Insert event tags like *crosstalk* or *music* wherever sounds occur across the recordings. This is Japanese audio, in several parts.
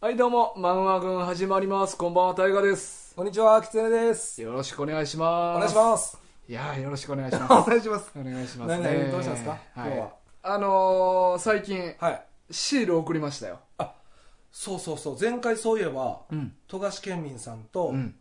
はいどうも、マンワ軍始まります。こんばんは、タイガです。こんにちは、きつねです。よろしくお願いします。お願いします。す。いやーよろしくお願いしま *laughs* おす。願いします。お願いします、ね。何々どうしたんですかはい、今日はあのー、最近、はい。シール送りましたよ。そうそうそう、前回そういえば、うん。富樫県民さんと、うん。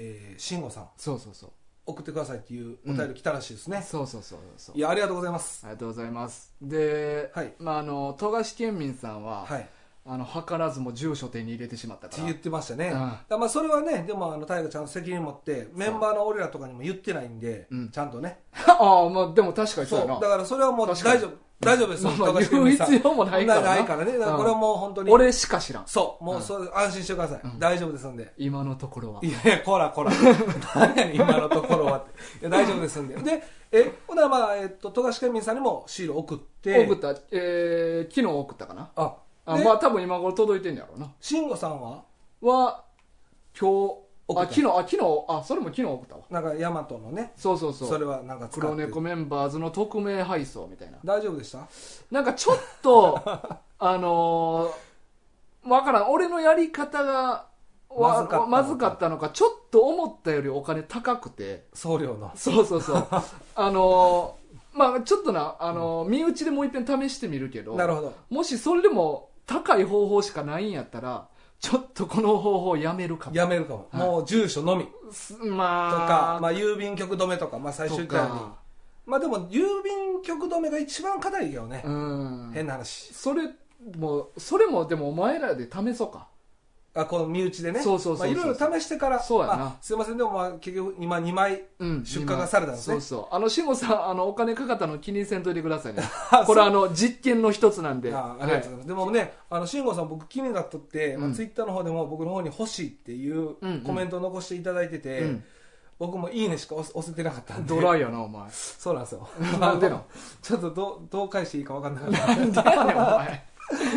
えー、慎吾さん、そうそうそう。送ってくださいっていうお便り来たらしいですね。そうそうそうそうい。や、ありがとうございます。ありがとうございます。で、はいまあ、あの、富樫県民さんは、はい。っあの、図らずも住所手に入れてしまったてから。言ってましたね。うんだまあ、それはね、でも、あの、大河ちゃんと責任持って、メンバーの俺らとかにも言ってないんで、うんちゃんとね。 *laughs* ああ、まあ、でも確かにそうそやう。だな。から、それはもう大確かに丈夫。大丈夫です。まあまあ富樫県民さん言う必要もないからなないからね。だからこれはもう本当に。俺しか知らん。そう。もう、それ安心してください。大丈夫ですんで。今のところは。いやいや、こらこら。 *laughs* 何やねん、今のところはって。いや、大丈夫ですんで。で、え、ほなまあ、えっと、富樫県民さんにもシール送って。送った、えー、昨日送ったかな。あ、あでまあ多分今頃届いてんやろうな慎吾さんは、は今日送あっ昨た日あ昨日あそれも昨日送ったわなんか、ヤマトのね、そうそうそそうれはなんか使黒って。猫メンバーズの匿名配送みたいな大丈夫でしたなんかちょっ *laughs* とあのー、わからん俺のやり方がわまずかったのかまずかったのかちょっと思ったよりお金高くて送料の。そうそうそう *laughs* あのー、まあちょっとな、あのー身内でもう一遍試してみるけどなるほど。もしそれでも高い方法しかないんやったらちょっとこの方法やめるかもやめるかも。はいもう、住所のみ。とすまあか、まあ、郵便局止めとか、まあ、最終と回に。かまあ、でも、郵便局止めが一番硬いよね。うん変な話。それもそれもでもお前らで試そうかあ、この身内でね。そうそうそうそうまあいろいろ試してから。そうやなまあすいません、でも、まあ、結局、今2枚。 *laughs* うん出荷がされたんですね今そうそうあの慎吾さんあのお金かかったの気にせんといてくだ *laughs* さいねあこれあの実験の一つなんであありがとうございます、でもねあの慎吾さん僕気になっとって、うまあ、んツイッターの方でも僕の方に欲しいっていううんうんコメントを残していただいてて、うん僕も「いいね」しか押せ押せてなかったはんいでドライやなお前 *laughs* そうなんですよなんでなん *laughs* ちょっとどうどう返していいか分かんなかったなんでやねんお前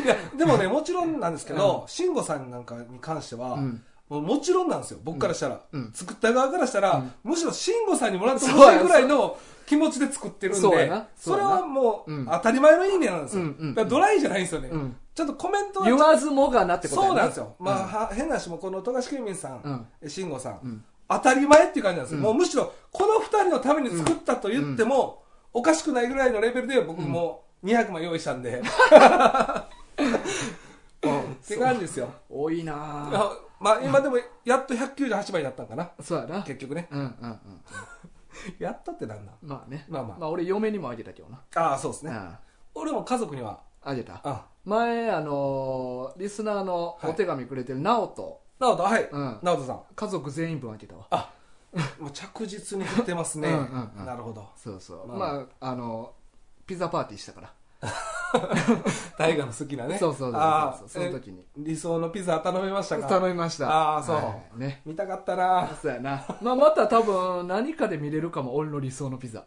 いやでもねもちろんなんですけど慎吾さんなんかに関しては、うんもうもちろんなんですよ僕からしたら、うんうん作った側からしたら、むしろ慎吾さんにもらってそほうしやいぐらいの気持ちで作ってるんでそうそやなそうれやなはもう、うん当たり前のいいねなんですよ、うんうんだからドライじゃないんですよね、うんちょっとコメントは言わずもがなってことやそうねなんですよ、まあうんは変な話もこの富樫県民さん、慎吾さん、うん当たり前っていう感じなんですよ、うんもうむしろこの2人のために作ったと言っても、おかしくないぐらいのレベルで僕も200万用意したんで、って感じですよ多いなあまあ今でもやっと198枚だったんかなそうやな結局ねうんうんうんやったってなんだまあねまあまあまあ俺嫁にもあげたけどなああそうですうね、ん俺も家族にはあげたあ前あのーリスナーのお手紙くれてる直人、直人はい、うん直人さん家族全員分開けたわあもう着実に振ってますねうんうんうんなるほどそうそうまあまああのーピザパーティーしたから大河の好きなねそうそうそうそうあーその時にえ理想のピザ頼めましたか頼みましたああそうはいね見たかったなそうやな、まあ、また多分何かで見れるかも俺の理想のピ *laughs* ザ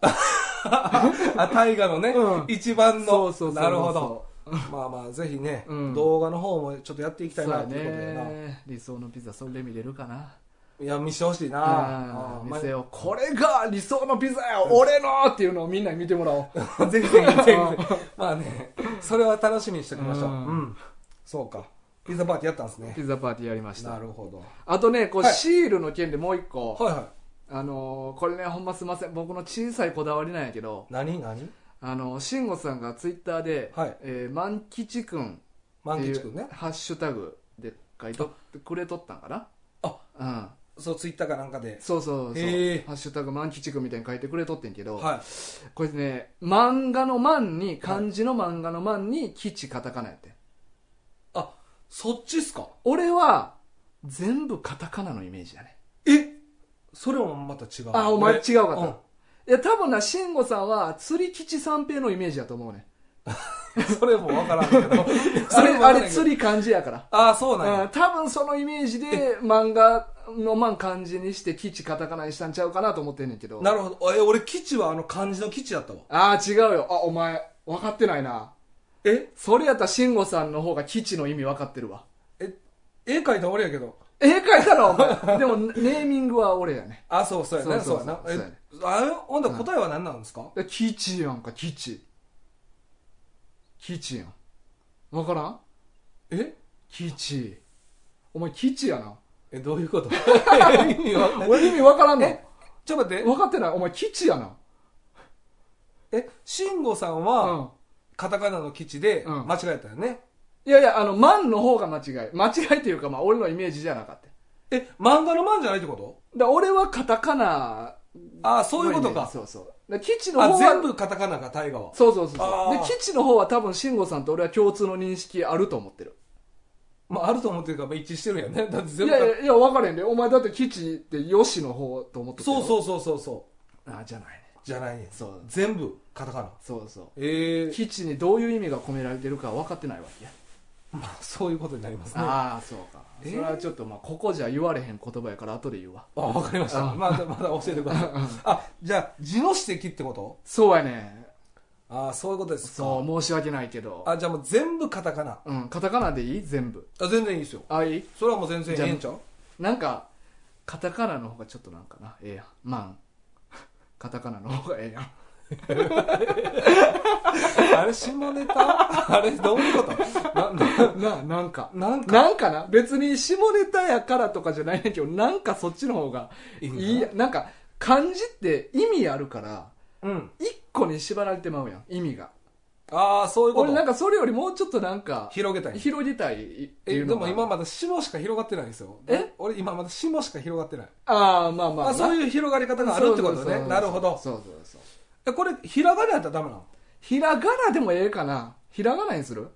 あ大河のね、うん一番のそうそうそうそうなるほどまあまあぜひね、うん動画の方もちょっとやっていきそたいうなやっていうことでな、ね理想のピザそれで見れるかないや見してほしいなああまあ店をこれが理想のピザや俺のっていうのをみんなに見てもらおう *laughs* ぜひぜひぜひぜひまあねそれは楽しみにしておきましょうう、うんんそうかピザパーティーやったんですねピザパーティーやりましたなるほどあとねこう、はいシールの件でもう一個、はいはいあのーこれねほんますいません僕の小さいこだわりなんやけど何何あのー慎吾さんがツイッターではいえー万吉くん」っ万てい吉君うねハッシュタグで書いとってくれとったんかなあうん、そうツイッターかなんかでそうそうそう「へーハッシュタグ万吉くん」みたいに書いてくれとってんけど、はいこれね漫画の「万」に漢字の漫画の「万」に「吉」カタカナやってあそっちっすか俺は全部カタカナのイメージだねえそれもまた違うあお前俺違うかったうんいや多分な慎吾さんは釣り吉三平のイメージだと思うねそれもわからん *laughs* けどあれあれり釣り漢字やからああそうなんうんや、多分そのイメージ *laughs* で漫画のまん漢字にして基地カタカナにしたんちゃうかなと思ってんねんけどなるほどえ俺基地はあの漢字の基地だったわああ違うよあお前分かってないなえそれやったら慎吾さんの方が基地の意味分かってるわえ絵描いた俺やけどええかいだろお *laughs* 前でもネーミングは俺やねあそうそうやなそそううそうやそうそなうやねえあほんだら答えは何なんですか、で基地やんか基地基地やん分からんえ基地お前基地やなえ、どういうこと *laughs* 意味わかんない俺意味わからんのえちょっと待って。分かってないお前基地やなえ、慎吾さんうは、んカタカナの基地でうん間違えたよね。いやいやあの万の方が間違い間違いというかまあ俺のイメージじゃなかったえ、漫画の漫じゃないってことだ俺はカタカナああ、そういうことのイメージか。そうそうだ基地の方あ、は全部カタカナか、大河は。そうそうそうあそうーで基地の方は多分慎吾さんと俺は共通の認識あると思ってるまあ、あると思ってるから、まあ、一致してるやんね。だってい全部やいやいや分からへんでお前だって基地ってよしの方と思ってたよそうそうそうそうそう。あじゃないねじゃないねん。そう全部カタカナ。そうそえうえ基地にどういう意味が込められてるか分かってないわけやまあ、そういうことになりますね。あああそうかそえーれはちょっとまあここじゃ言われへん言葉やから後で言うわあ、わかりました。あまだまだ教えてください。あ、じゃあ、字の指摘ってことそうやねああ、そういうことですか。そう申し訳ないけどあ、じゃあもう全部カタカナ。うんカタカナでいい全部あ、全然いいですよ。あいいそれはもう全然ええんちゃうなんかカタカナの方がちょっとなんかなええやんマンカタカナの方がええやんあれ下ネタあれどういうことな *laughs* なななんかなんかなんかな別に下ネタやからとかじゃないんだけどなんかそっちの方がいいいんだいなんか漢字って意味あるからうん一個に縛られてまうやん意味がああそういうこ俺なんとかそれよりもうちょっとなんか広げたい広げたいっていえうでのがも今まだ下しか広がってないんですよえ俺今まだ下しか広がってないああまあまああそうういう広がり方があるってことねなるほどそうそうそうえこれひらがなやったらダメなの *laughs* ひらがなでもええかなひらがなにする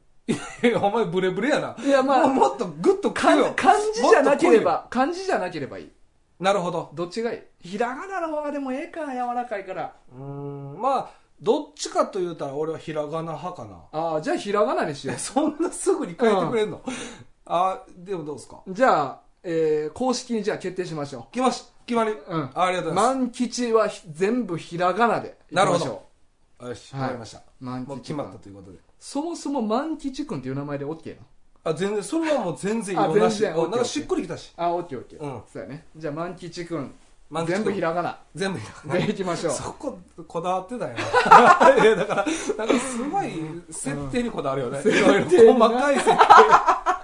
えお前ブレブレやないやまあもうもっとグッと来る漢よ漢字じゃなけれもっと来いよば漢字じゃなければいいなるほどどっちがいいひらがなの方がでもええか柔らかいからうーんまあどっちかと言うたら俺はひらがな派かな *laughs* ああじゃあひらがなにしよえそんなすぐに変えてくれんのあでもどうですかうじゃあ、えー公式にじゃあ決定しましょ決まし決まりううんありがとうございます満吉はひ全部ひらがなでいきましょうなるほどよし、はいわかりました。満吉もう決まったということで。そもそも万吉君っていう名前で OK なのあ、全然、それはもう全然いいあよなし。全然おなん OK かしっくりきたし。あ、オッケーオッケー。うんそうやね。じゃあ、万吉くん。万吉くん全部ひらがな。全部い *laughs* で、行きましょう。そこ、こだわってたよ。 *laughs* いやだから、なんかすごい、設定にこだわるよね。いろい設定ろにな細かい設定。 *laughs*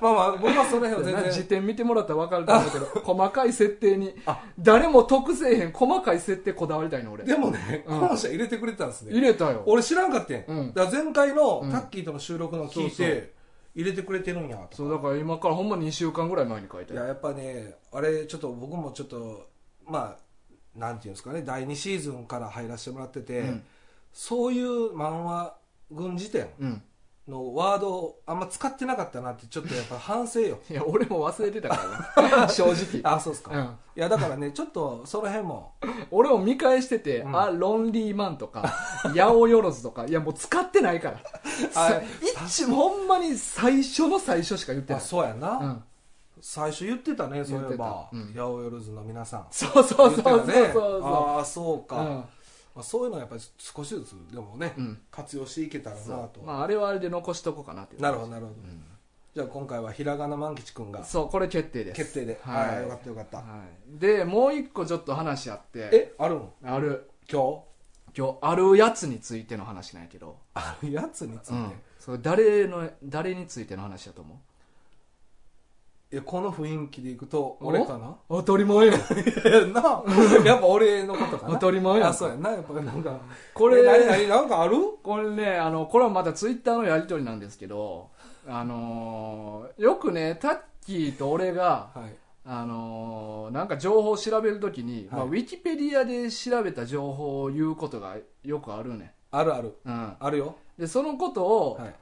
まあまあ、僕はその辺は全辞然。典見てもらったら分かると思うけど、細かい設定に、誰も得せえへん細かい設定こだわりたいの、俺。でもね、うん本社入れてくれてたんです入ね。れたよ。俺知らんかってうんん。だから前回のんタッキーとの収録の聞いそうそうて、入れてくれてるんや、とそう、だから今からほんま2週間ぐらい前に書いていあやる。やっぱねあれちょっと僕もちょっとまあなんていうんですかね第2シーズンから入らせてもらってて、うんそういう漫画軍辞典うん。のワードをあんま使ってなかったなってちょっとやっぱ反 *laughs* 省よいや、俺も忘れてたから *laughs* な正直。あそうですか、ういん、やだからねちょっとその辺 *laughs* も俺も見返してて、うんあ、ロンリーマンとか、 *laughs* ヤオヨロズとか、いやもう使ってないから。あさ一ほんまに最初の最初しか言ってあない。そうやな、うん最初言ってたねそういえば、言ってたうんヤオヨルズの皆さんそうそうそうそう言ってたねそうそああそううか、まあ、そういうのはやっぱり少しずつでもね、うん活用していけたらなうんと、まああれはあれで残しとこうかなっていうなるほどなるほど、じゃあ今回はひらがな万吉君がそうこれ決定です決定で、はい、はい、よかったよかった、はいでもう一個ちょっと話あってえあるんある今日今日あるやつについての話なんやけど、あるやつについうて、ん、それ誰の誰についての話だと思いやこの雰囲気でいくとお俺 *laughs* かなう当たり前よいや *laughs* なやっぱ俺のことかな当たり前やんあそうやなやっぱなんかこれえ何何なんかあるこれねあのこれはまたツイッターのやり取りなんですけどあのーよくねタッキーと俺がはいあのーなんか情報を調べるときに、はいまあ、ウィキペディアで調べた情報を言うことがよくあるね、あるあるうん、あるよでそのことを、はい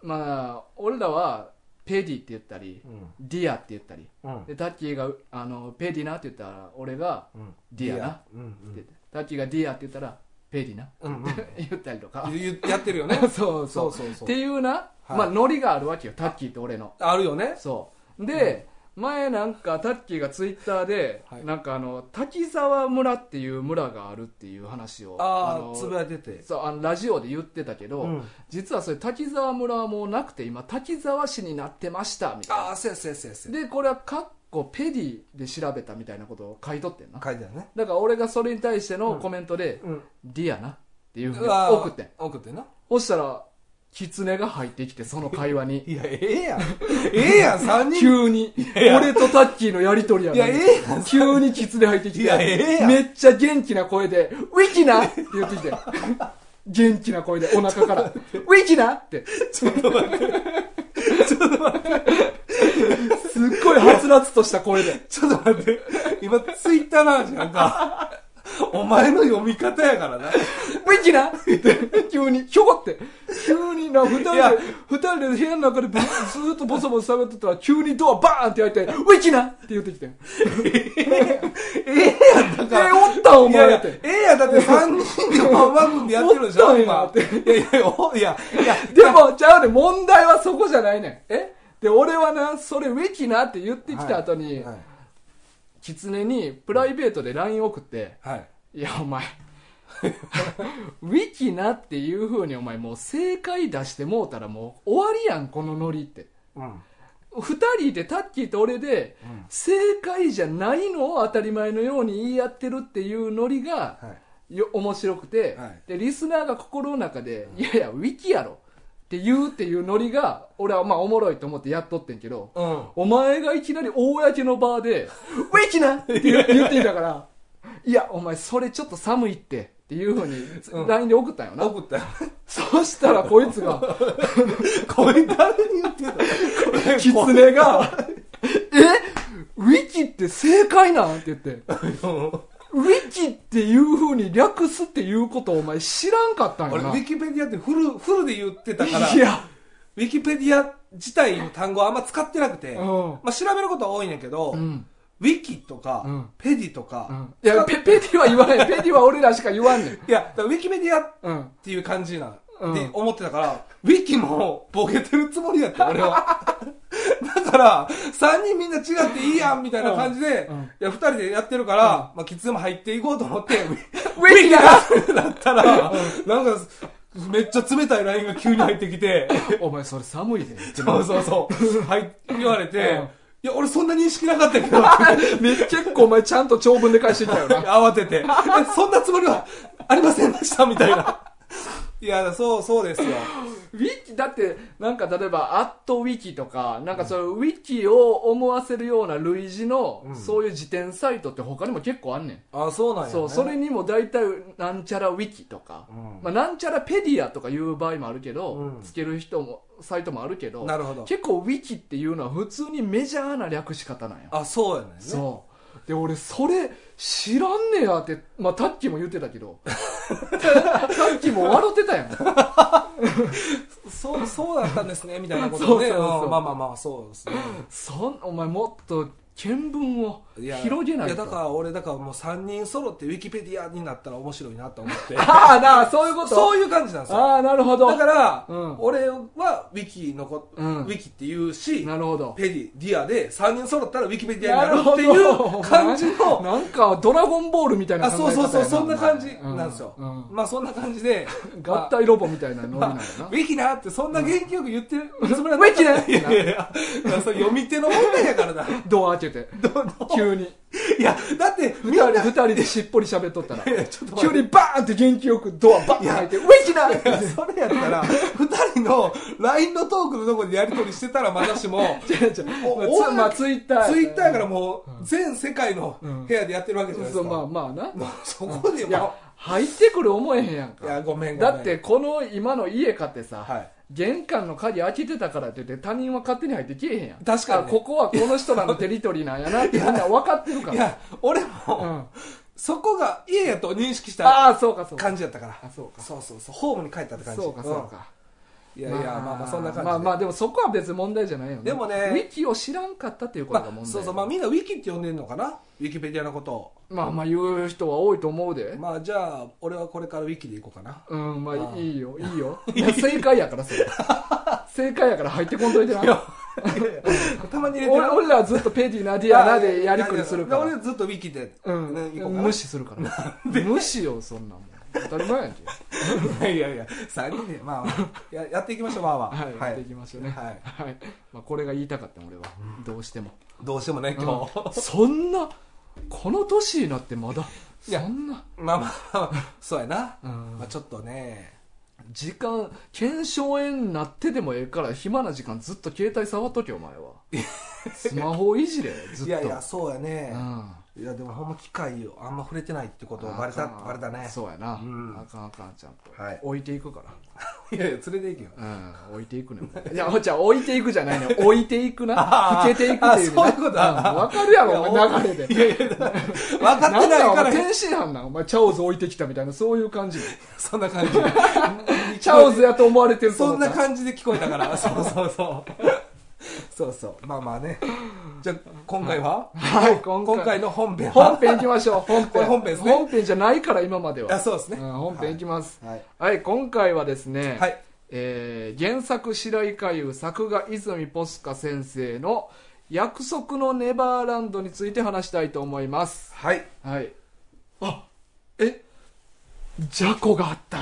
まあ俺らはペディって言ったり、うんディアって言ったりうんでタッキーがあのペディなって言ったら俺がうんディアなうんって言って、タッキーがディアって言ったらペディなっうんうんて *laughs* 言ったりとかうんゆやってるよね *laughs* そうそそううそうそっうていうな、はいまあノリがあるわけよタッキーと俺のあるよねそうで、前なんかタッキーがツイッターで、はいなんかあの滝沢村っていう村があるっていう話をあのあつぶやいててそうあのラジオで言ってたけど、うん実はそれ滝沢村はもうなくて今滝沢市になってましたみたいあなあせやせやせやせやでこれはカッコペディで調べたみたいなことを書いとってんな書いてあるねだから俺がそれに対してのコメントでうん「ディアな」っていうふうにうわー送ってん送ってなそしたら狐が入ってきて、その会話に。いや、ええやん。え *laughs* えやん、3人。 *laughs* 急に、や俺とタッキーのやりとりやいや、ねえんえやん。急に狐入ってきいやええて、やんめっちゃ元気な声で、ウィキナって言ってきて、元気な声でお腹から、ウィキナって、ちょっと待って。すっごいはつらつとした声で。ちょっと待って。今、ツイッターの話なんか、お前の読み方やからな。ウィキ *laughs* ナって、急に、ひょこって、急にな、二人いでや、二人で部屋の中でぶず *laughs* ーっとボソボソ喋ってたら、急にドアバーンって開いて、ウィキナって言ってきて、ええやん、だえかー、ら。おったんおいやい前やっえて。えやん、だって3人でワンワン組でやってるでしおっょ、たんや今。っていやいや、おいや、いや、でも、ちゃうね、問題はそこじゃないねん。えで、俺はな、それウィキナって言ってきた後に、はい狐にプライベートで LINE 送って、はい。いやお *laughs* 前ウィキなっていう風にお前もう正解出してもうたらもう終わりやんこのノリってうん。 2人でタッキーと俺でうん正解じゃないのを当たり前のように言い合ってるっていうノリがはい。よ面白くて、はいでリスナーが心の中で「いやいやウィキやろ」って言うっていうノリが俺はまあおもろいと思ってやっとってんけどうん。お前がいきなり公の場で、 *laughs* ウェキナって言言ってきたから、いや、お前それちょっと寒いって、っていうふううんに LINE で送ったんよな。送ったよ。そしたらこいつが、これ誰に言ってたキツネが、 *laughs* えウィキって正解なんって言って、ウィキっていうふうに略すっていうことをお前知らんかったんよ俺、ウな。ィキペディアってフル、フルで言ってたから、いや、ウィキペディア自体の単語はあんま使ってなくて、うんまあ調べることは多いんやけど、うん。ウィキとか、うんペディとうかん、いや、ペ、ペディは言わない。ペディは俺らしか言わんねん。いや、だからウィキメディアっうん。ていう感じな、うんって思ってたから、ウィキもボケてるつもりやった、俺 *laughs* は。だから、3人みんな違っていいやん、みたいな感じで、うんうんいや、2人でやってるから、まあ、キツも入っていこうと思って、ウィウィキだキだったら、なんか、めっちゃ冷たいラインが急に入ってきて、お前それ寒い *laughs* で。そうそうそう、はい、言われて、うんいや、俺そんな認識なかったけど、め結構お前ちゃんと長文で返してきたよな。 *laughs* 慌てて、えそんなつもりはありませんでした、みた *laughs* いな。いや、そう、そうですよ。ウィキだってなんか例えば「アットウィキ」とかなんかそのウィキを思わせるような類似の、うんそういう辞典サイトって他にも結構あんねんあ、そうなんや、ね。そうそれにも大体なんちゃらウィキとか、うんまあ、なんちゃらペディアとかいう場合もあるけど、うんつける人もサイトもあるけどなるほど。結構ウィキっていうのは普通にメジャーな略し方なんやあ、そうやねんね。そうで俺それ知らんねやって、まあ、タッキーも言ってたけ *laughs* どタッキーも笑ってたやんそう、そうだったんですね、みたいなことね。そうそうそうんまあまあまあ、そうですね。そんお前もっと見聞を広げないいや、とだから俺、だからもう3人揃ってウィキペディアになったら面白いなと思って。 *laughs* ああなあそういうことそういう感じなんですよ。ああなるほどだから、うん俺はウィキのこ、うんウィキって言うし、なるほどペディ、ディアで3人揃ったらウィキペディアになるっていう感じ *laughs* の、なんかドラゴンボールみたいなあ考そうえ方そやうそうそんな感じうなんですよ、うんうんまあそんな感じで合体ロボみたいなノリまあなんだまあなウィキなってそんな元気よく言ってるつもりウィキなないやいやいやいやそれ読み手の問題やか *laughs* らなドア開けて急にいやだって二みんな人二人でしっぽり喋っとったらいやちょっと待急ってにバーンって元気よくドアバーン開いてウェイキナいやそれやったら2人の LINE のトークのとこでやり取りしてたらまだしも *laughs* 違う違うおまあまあツイッターツイッターやからもう全世界のうん部屋でやってるわけじゃないでそすうか、まあまあなもうそこでいまや入ってくる思えへんやんあいかやごめんごめんだってこの今の家買ってさ、はい玄関の鍵開けてたからって言って他人は勝手に入ってきえへんやん確かにねあここはこの人らのテリトリーなんやなってみんな分かってるかいらや俺うもん、そこが家やと認識したああそうかそうか感じやったからあそうかそうそうそうホームに帰ったって感じそうかそう、か、うんいやいやまあまあそんな感じでまあまあでもそこは別に問題じゃないよねでもねウィキを知らんかったっていうことが問題、まあそうそうまあみんなウィキって呼んでるのかなウィキペディアのことをまあまあ言う人は多いと思うで、まあじゃあ俺はこれからウィキでいこうか *laughs* なうんまあああいい *laughs* よいいよいや正解やからそれ正解やから入ってこんといてないやたまに入れて俺俺らはずっとペディなディアなでやりくりするから俺ずっとウィキで、うんね、いこう無視するから無視よそんなもん当たり前やん *laughs* けかな *laughs* いやいや3人でまあまあ *laughs* ややっていきましょうまあまあはい、やっていきましょうねはいはいまあ、これが言いたかった俺はどう *laughs* しても、どうしてもね今日、 *laughs* そんなこの年になってまだいやそんな、まあまあまあそうやな、うんまあ、ちょっとね時間腱鞘炎になってでもええから暇な時間ずっと携帯触っとけお前はスマホいじれずっといやいやそうやねうんいやでもほんま機械をあんま触れてないってことバレたあかんバレたねそうやな、んあかんあかんちゃんと、はい置いていくからいやいや連れて行けようん、置いていくね。いや、じゃあ置いていくじゃないね。置いていくな。 *laughs* あつけていくっていうね。あそういうことだんわかるやろ、お前流れで。 *laughs* 分かってななんいだおから前天津飯なんお前、チャオズ置いてきたみたいな、そういう *laughs* 感じ。そんな感じチャオズやと思われてるとそ思んったな感じで聞こえたから *laughs* そうそうそうそうそうまあまあねじゃあ今回は、はい、今回今回の本編は本編行きましょう、本こ編。れ本編ですね本編じゃないから、今までは。あそうですねん本編行きます。はいはい、今回はですね、はいえー原作白井海優作画泉ポスカ先生の「約束のネバーランド」について話したいと思いますはいはいあえジャコがあった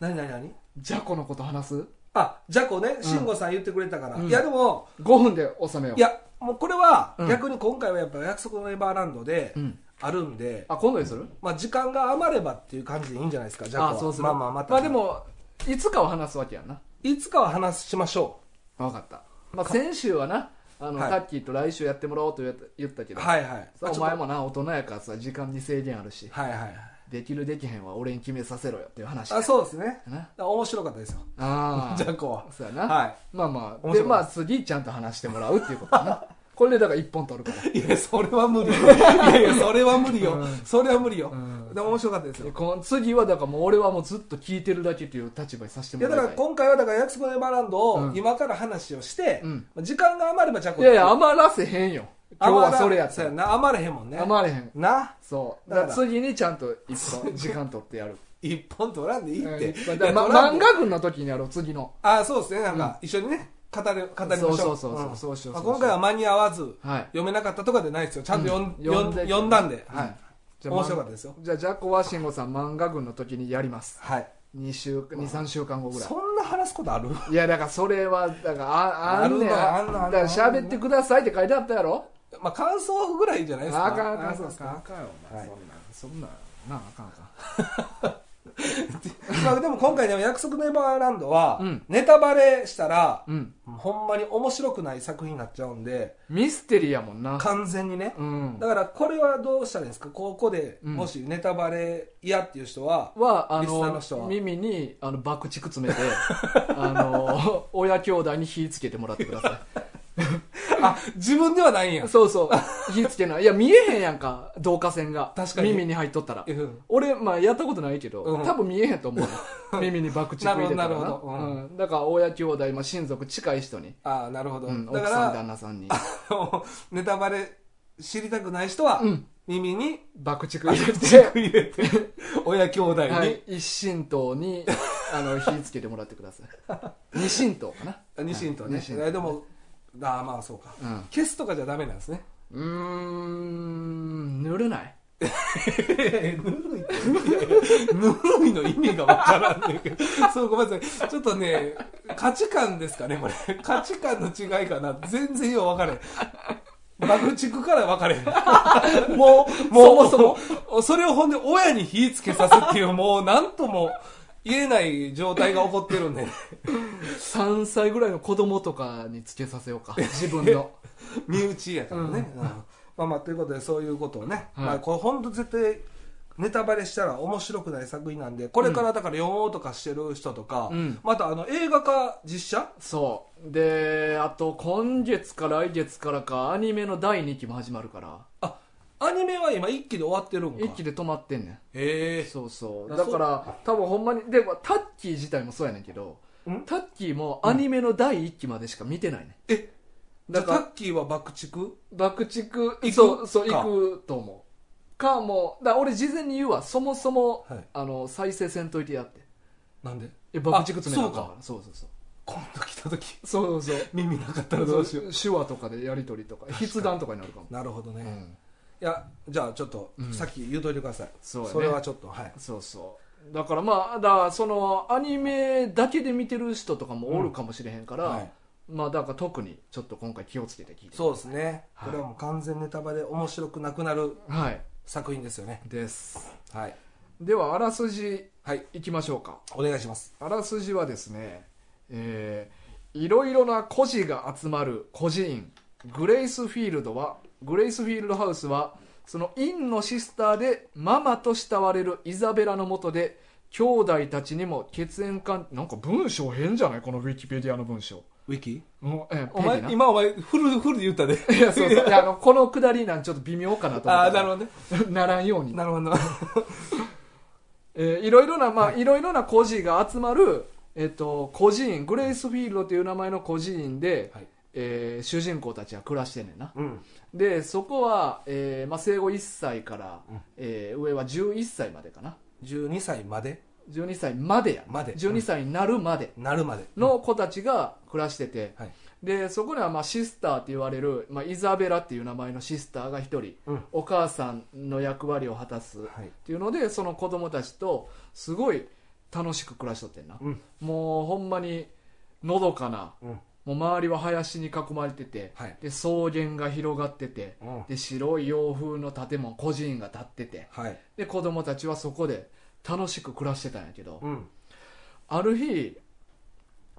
何何何ジャコのこと話すあじゃこね慎吾さん言ってくれたから、うんいやでも5分で収めよういやもうこれはうん逆に今回はやっぱ約束のネバーランドでうん、あるんで、あ今度にするまあ、時間が余ればっていう感じでいいんじゃないですかじゃこはあそうするまあまあまた、まあでもいつかは話すわけやんないつかは話しましょ分かった、まあ、先週はなあの、はいタッキーと来週やってもらおうと言った言ったけうど、はいはいさまおあちょっと前もな大人やからさ時間に制限あるしはいはいはいできるできへんは俺に決めさせろよっていう話あそうですね *laughs* な面白かったですよああじゃこはそうやな、はまあまあ面で白いまあ次ちゃんと話してもらうっていうことか *laughs* なこれでだから一本取るからいいやそれは無理よいやいやそれは無理よ、うんそれは無理よ、うんでも面白かったですよでこの次はだからもう俺はもうずっと聞いてるだけという立場にさせていもやらだいかたいら今回はだから約束のネバーランドうをん今から話をして、うん時間が余ればじゃこいやいや余らせへんよ今日はそれやったそうらやな余れへんもんね余れへんなそうだだかからら次にちゃんと一本時間取ってやる一本取らんでいいって、うんだからいや取まらん漫で画軍の時にやろう次のあそうですねなんか一緒にね語り語りましょそううそうそうそうんそうしようまそうしようあ今回は間に合わずはい読めなかったとかでないですよちゃんと読ん,、うん読ん読んで読んだんで、はうんいじゃあ面白かったですよじゃあジャコは慎吾さん漫画軍の時にやりますはい2週23週間後ぐらいそんな話すことある *laughs* いやだからそれはだからああんねんだあるのあかんのあんのら喋ってくださいって書いてあったやろまあ感想ぐらいじゃないですかあかんあかんそうですあかかんよお前はいそんなんそんなんなああかんあかんまあでも今回でも約束のネバーランドは、うんネタバレしたら、うんほんまに面白くない作品になっちゃうんでミステリーやもんな完全にね、うんだからこれはどうしたらいいんですかここでもしネタバレ嫌っていう人は、はあリスナーのの人は耳にあの爆竹詰めてあ *laughs* の親兄弟に火つけてもらってくださあ自分ではないんやいそう *laughs* そう火つけないいや見えへんやんか導火線が確かに耳に入っとったらうん俺、まあ、やったことないけど、うん多分見えへんと思う *laughs* 耳に爆竹入れたらなるほどなるほどううんだから親兄弟、まあ、親族近い人に、ああなるほど、うん、奥だかさんら旦那さんに *laughs* ネタバレ知りたくない人は、うん耳に爆竹入れチェッて、ク入れて親兄弟 *laughs* に、*laughs* はい、一神党にあの火つけてもらってください *laughs* 二神党かなあ二神とね、はい二神でもああまあそうか、うん消すとかじゃダメなんですねうーん塗るないぬるいってぬるいの意味がわからんねんけどそうごめんなさいちょっとね価値観ですかねこれ価値観の違いかな全然よう分かれん爆竹から分かれんもう *laughs* もうそももそれをほんで親に火つけさすっていうもうなんとも言えない状態が起こってる *laughs* んで3歳ぐらいの子供とかにつけさせようか自分 *laughs* の身内やからね、うんまあまあということでそういうことをね、はいまあこれ本当絶対ネタバレしたら面白くない作品なんでこれからだから読もうとかしてる人とか、うんまたあの映画化実写そうであと今月か来月からかアニメの第2期も始まるからあアニメは今一期で終わってるんか一気で止まってんねんへえそうそうあだから多分ほんまにでもタッキー自体もそうやねんけどんタッキーもアニメの第1期までしか見てないねえじだゃあかタらッキーは爆竹爆竹くそうそうか行くと思うかもうだから俺事前に言うわそもそも、はいあの再生せんといてやってなんでえ爆竹詰めなあかんあからそうそうそう今度来た時そうそう *laughs* 耳なかったらどうしそようう手話とかでやり取りとか筆談とかになるかも、なるほどね、うん、いやじゃあちょっと、うんさっき言うといてくださいそうやねれはちょっとはいそうそうだからまあだからそのアニメだけで見てる人とかもおるかもしれへんから、はいまあだから特にちょっと今回気をつけて聞いてそうですね、はいこれはもう完全ネタバレ面白くなくなるはい作品ですよねですはいではあらすじはいいきましょうかお願いしますあらすじはですね、えーいろいろな孤児が集まる孤児院グレイスフィールドはグレイスフィールドハウスはその院のシスターでママと慕われるイザベラのもとで兄弟たちにも血縁関なんか文章変じゃないこのウィキペディアの文章、ウィキうんえーおペディ前な今お前フルフルで言っ *laughs* たでいやそうそういやあのこのくだりなんちょっと微妙かなと思っああてなるほどね *laughs* ならんように、なるほどえーいろいろなまあ、い、ろいろな孤児が集まるえっと孤児院グレイスフィールドという名前の孤児院で、はいえー主人公たちは暮らしてんねんなうんでそこは、えーまあ、生後1歳から、うんえー上は11歳までかな12歳まで12歳までやまで12歳になるまでなるまでの子たちが暮らしてて、はいでそこにはまあシスターって言われる、まあ、イザベラっていう名前のシスターが一人うんお母さんの役割を果たすはっいていうのでその子供たちとすごい楽しく暮らしとってんな、うんもうほんまにのどかなうんもう周りは林に囲まれてて、はいで草原が広がっててうんで白い洋風の建物孤児院が建っててはいで子供たちはそこで楽しく暮らしてたんやけど、うんある日、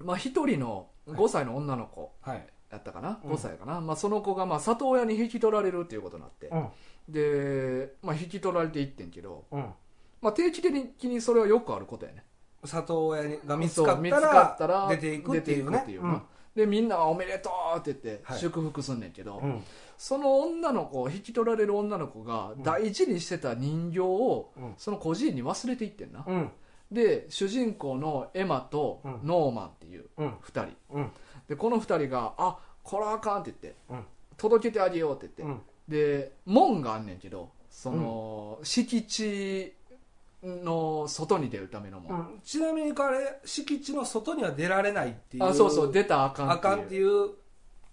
まあ、一人の5歳の女の子はいやったかな、うん5歳かな、まあ、その子がまあ里親に引き取られるっていうことになって、うんで、まあ、引き取られていってんけど、うんまあ、定期的にそれはよくあることやね里親にが見つそうかっ見たつからったら出ていくっていう出てねいくっていううな、んでみんなが「おめでとう!」って言ってはい祝福すんねんけど、うんその女の子引き取られる女の子がうん大事にしてた人形をうんその孤児院に忘れていってんな、うんで主人公のエマとうんノーマンっていううん2人うんでこの2人が「あこれはあかん」って言ってうん「届けてあげよう」って言って、うんで門があんねんけどその、敷地の外に出るための門、うんちなみに彼敷地の外には出られないっていうあそうそう出たらあかんあかんっていういう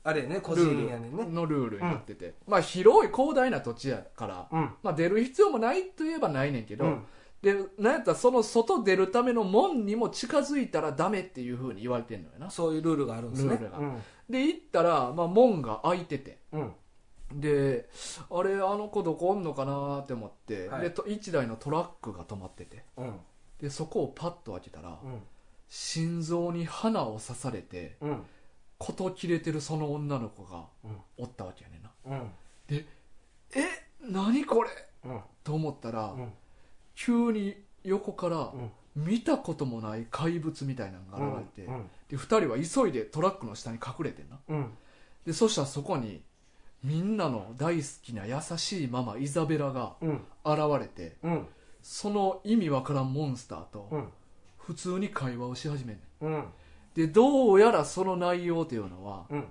あれやね個ル人やねんールねのルールになってて、まあ広い広大な土地やから、うんまあ、出る必要もないといえばないねんけど、うんでなんやったらその外出るための門にも近づいたらダメっていうふうに言われてんのよなそういうルールがあるんですねルールがうんで行ったら、まあ、門が開いててうんであれあの子どこおんのかなって思って、はいでと1台のトラックが止まっててうんでそこをパッと開けたら、うん心臓に花を刺されてうん事切れてるその女の子がうんおったわけやねんなうんえ何これうんと思ったら、うん急に横からうん見たこともない怪物みたいなのが現れて、うんで2人は急いでトラックの下に隠れてんなうんでそしたらそこにみんなの大好きな優しいママイザベラがうん現れてうんその意味わからんモンスターうとん普通に会話をし始めんねうんんでどうやらその内容というのはうん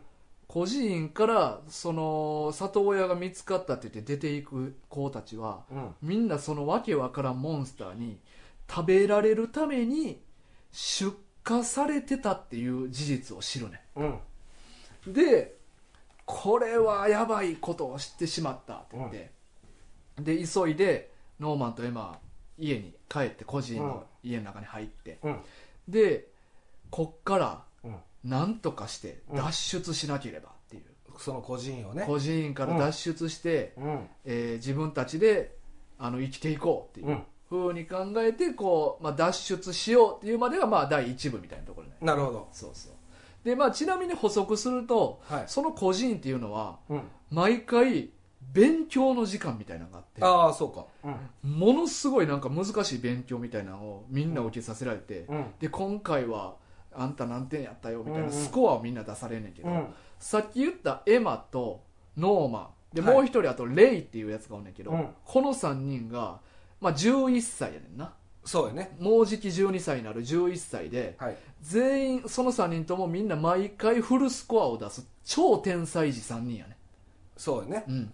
孤児院からその里親が見つかったって言って出ていく子たちはうんみんなそのわけわからんモンスターに食べられるために出荷されてたっていう事実を知るねうんんでこれはやばいことを知ってしまったって言って、で急いでノーマンとエマは家に帰って孤児院の家の中に入って、うんでこっからうん何とかして脱出しなければっていう、その個人をね孤児院から脱出して、うんえー自分たちであの生きていこうっていううんふうに考えてこう、まあ、脱出しようっていうまでがまあ第一部みたいなところねなるほどそうそうで、まあ、ちなみに補足するとはいその個人っていうのはうん毎回勉強の時間みたいなのがあってああそうかうんものすごいなんか難しい勉強みたいなのをみんな受けさせられて、うんで今回はあんた何点やったよみたいうんうなんスコアをみんな出されんねんけど、うんさっき言ったエマとノーマンで、はいもう一人あとレイっていうやつがおんねんけど、うんこの3人が、まあ、11歳やねんなそうよねもうじき12歳になる11歳ではい全員その3人ともみんな毎回フルスコアを出す超天才児3人やねそうよねうんうん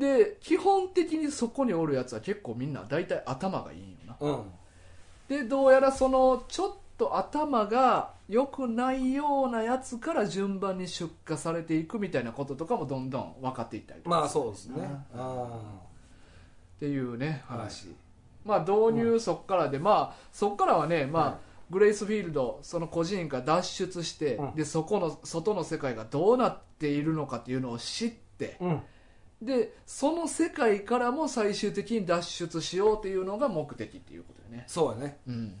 で基本的にそこにおるやつは結構みんな大体頭がいいんよなうんでどうやらそのちょっと頭が良くないようなやつから順番に出荷されていくみたいなこととかもどんどん分かっていったりとかまあそうですねうあっていうねはい話、まあ導入そっからで、まあそっからはね、まあはいグレイスフィールドその個人院から脱出して、うんでそこの外の世界がどうなっているのかっていうのを知ってあうんでその世界からも最終的に脱出しようっていうのが目的っていうことよねそうやねうんうん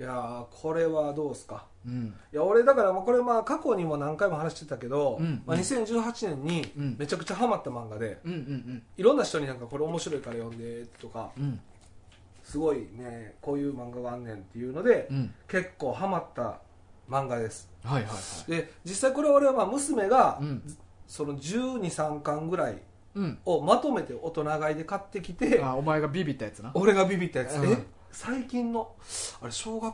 いやーこれはどうですかうんいや俺だからもうこれまあ過去にも何回も話してたけど、うんまあ、2018年うにんめちゃくちゃハマった漫画で、うんうんいろんな人になんかこれ面白いから読んでとかうんすごいねこういう漫画があんねんっていうので、うん結構ハマった漫画ですはいはいはいで実際これ俺はまあ娘がうんその1 2三3巻ぐらいうんをまとめて大人買いで買ってきてあお前がビビったやつな俺がビビったやつ、うんえ最近のあれ小学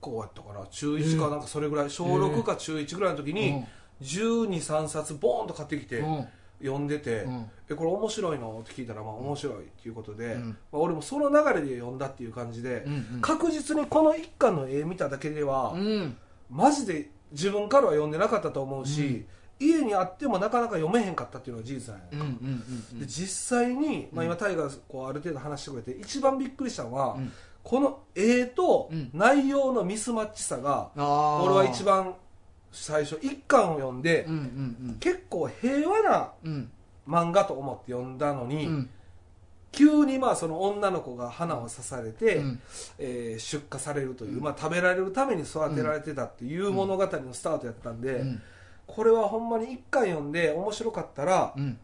校やったかな中1かなんかそれぐらい小6か中1ぐらいの時うにん1 2三3冊ボーンと買ってきてうん読んでて、うんえこれ面白いのって聞いたらまあ面白いっていうことで、うんまあ、俺もその流れで読んだっていう感じで、うん確実にこの一巻の絵見ただけでは、うんマジで自分からは読んでなかったと思うし、家にあってもなかなか読めへんかったっていうのが事実なんや、うんうんうんうんで実際に、まあ、今タイガーこうある程度話してくれて一番びっくりしたのは、うんこの絵とうん内容のミスマッチさが、ああ俺は一番最初一巻を読んで、うんうん結構平和なうんうん漫画と思って読んだのに、うん急にまあその女の子が花を刺されて、うんえー出荷されるという、まあ、食べられるために育てられてたっていう物語のスタートやったんで、うんこれはほんまに一巻読んで面白かったら、うん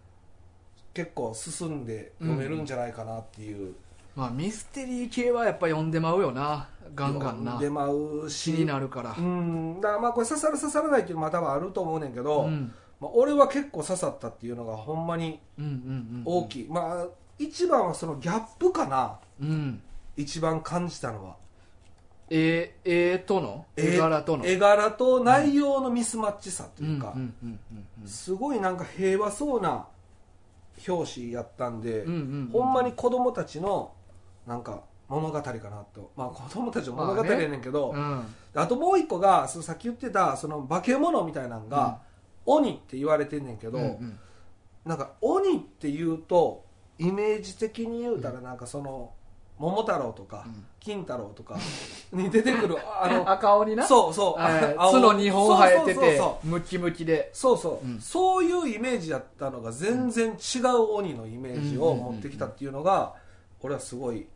結構進んで読めるんじゃないかなっていう、まあミステリー系はやっぱ読んでまうよなガンガン読んなでまう気しになるからうんだからまあこれ刺さる刺さらないっていうのも多分あると思うねんけど、うんまあ、俺は結構刺さったっていうのがほんまにうんうんうん大きい、まあ一番はそのギャップかなうん一番感じたのは絵絵との絵柄との絵柄と内容のミスマッチさというか、うんうんうんうんすごいなんか平和そうな表紙やったんで、うんうんうんほんまに子供たちのなんか物語かなとまあ子供たちの物語やねんけど、うんうんあともう一個がそのさっき言ってたその化け物みたいなのが、鬼って言われてんねんけど、うんうんなんか鬼っていうとイメージ的に言うたらなんかその桃太郎とか、うん金太郎とかに出て *laughs* くるあの赤鬼なそうそう、えー青角2本生えてそうそうそうてそうムキムキでそうそう、うんそういうイメージやったのが全然違う鬼のイメージを持ってきたっていうのが俺はすごい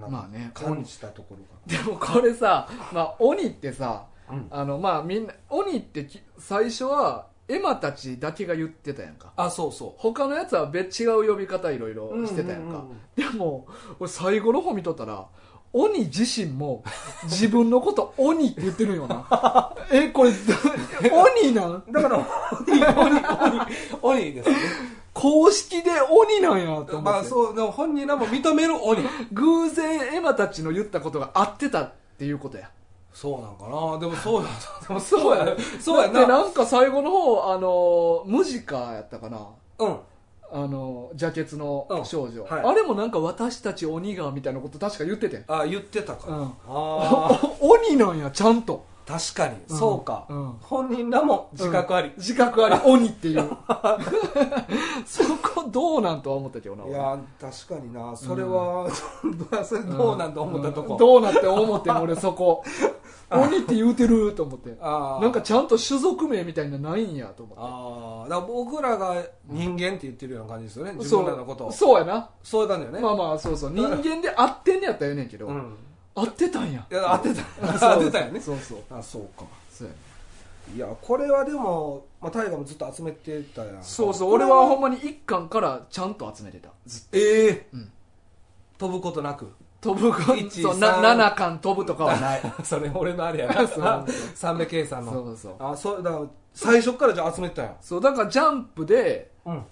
なんまあかね感じたところかでもこれさ、まあ、鬼ってさな、うんあのまあみんな鬼ってき最初はエマたちだけが言ってたやんかあそうそ他のやつは別違う呼び方いろいろうしてたやんか、うううでも俺最後の方見とったら鬼自身も自分のこと鬼って言ってるんよな *laughs* えこれど *laughs* 鬼なんだから鬼鬼鬼鬼ですね公式で鬼なんやと思って、まあそうでも本人らも認める鬼偶然エマたちの言ったことが合ってたっていうことやそうなんかなでもそうやでも *laughs* そうやねそうやだってななんか最後の方あのムジカやったかなうんあのジャケツの少女、うんはいあれもなんか私たち鬼がみたいなこと確か言っててんあ言ってたから、うんああ *laughs* 鬼なんやちゃんと *laughs* 確かに、うんそうか、うん本人らも自覚あり、自覚 *laughs* あり鬼っていう *laughs* そこどうなんとは思ったけどないや確かになそれは、それん *laughs* どうなんだ思ったとこ、うんどうなって思ってん俺そこ鬼って言うてると思ってあーなんかちゃんと種族名みたいなのないんやと思ってああだから僕らが人間って言ってるような感じですよね、自そう分らのことをそうそうやな、いう感じよね、まあまあそうそう人間で合ってんねやったらええねんけど、うん合ってたんやいや当て *laughs* そたう当てたよねそうそうあそうかそうやねいやこれはでも、まあ、大河もずっと集めてたやんそうそう俺はほんまに一巻からちゃんと集めてたずっとええうん飛ぶことなく飛ぶか一そう三7巻飛ぶとかはない *laughs* それ俺のあれやなそうそう三部圭さんのそうそうあ *laughs* そうだから最初からじゃあ集めてたやんそうだからジャンプでうん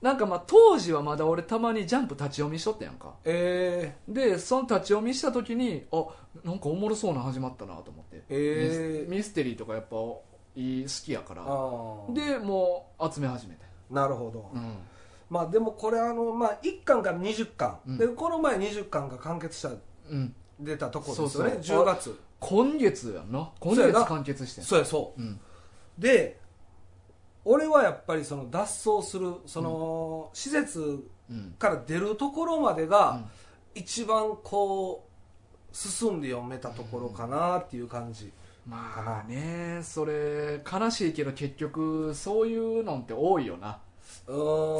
なんかまあ当時はまだ俺たまにジャンプ立ち読みしとったやんかえでその立ち読みした時にあなんかおもろそうなの始まったなと思って、えーミスミステリーとかやっぱいい好きやかえらああでもう集め始めてなるほど、うんまあでもこれあの、まあ、1巻から20巻、うんでこの前20巻が完結したうん出たとこですよねそうそう10月今月やんな今そうや月な完結してん、そうやそうん、うで俺はやっぱりその脱走するその、施設うんから出るところまでが一番こう進んで読めたところかなっていう感じ、まあねそれ悲しいけど結局そういうのって多いよな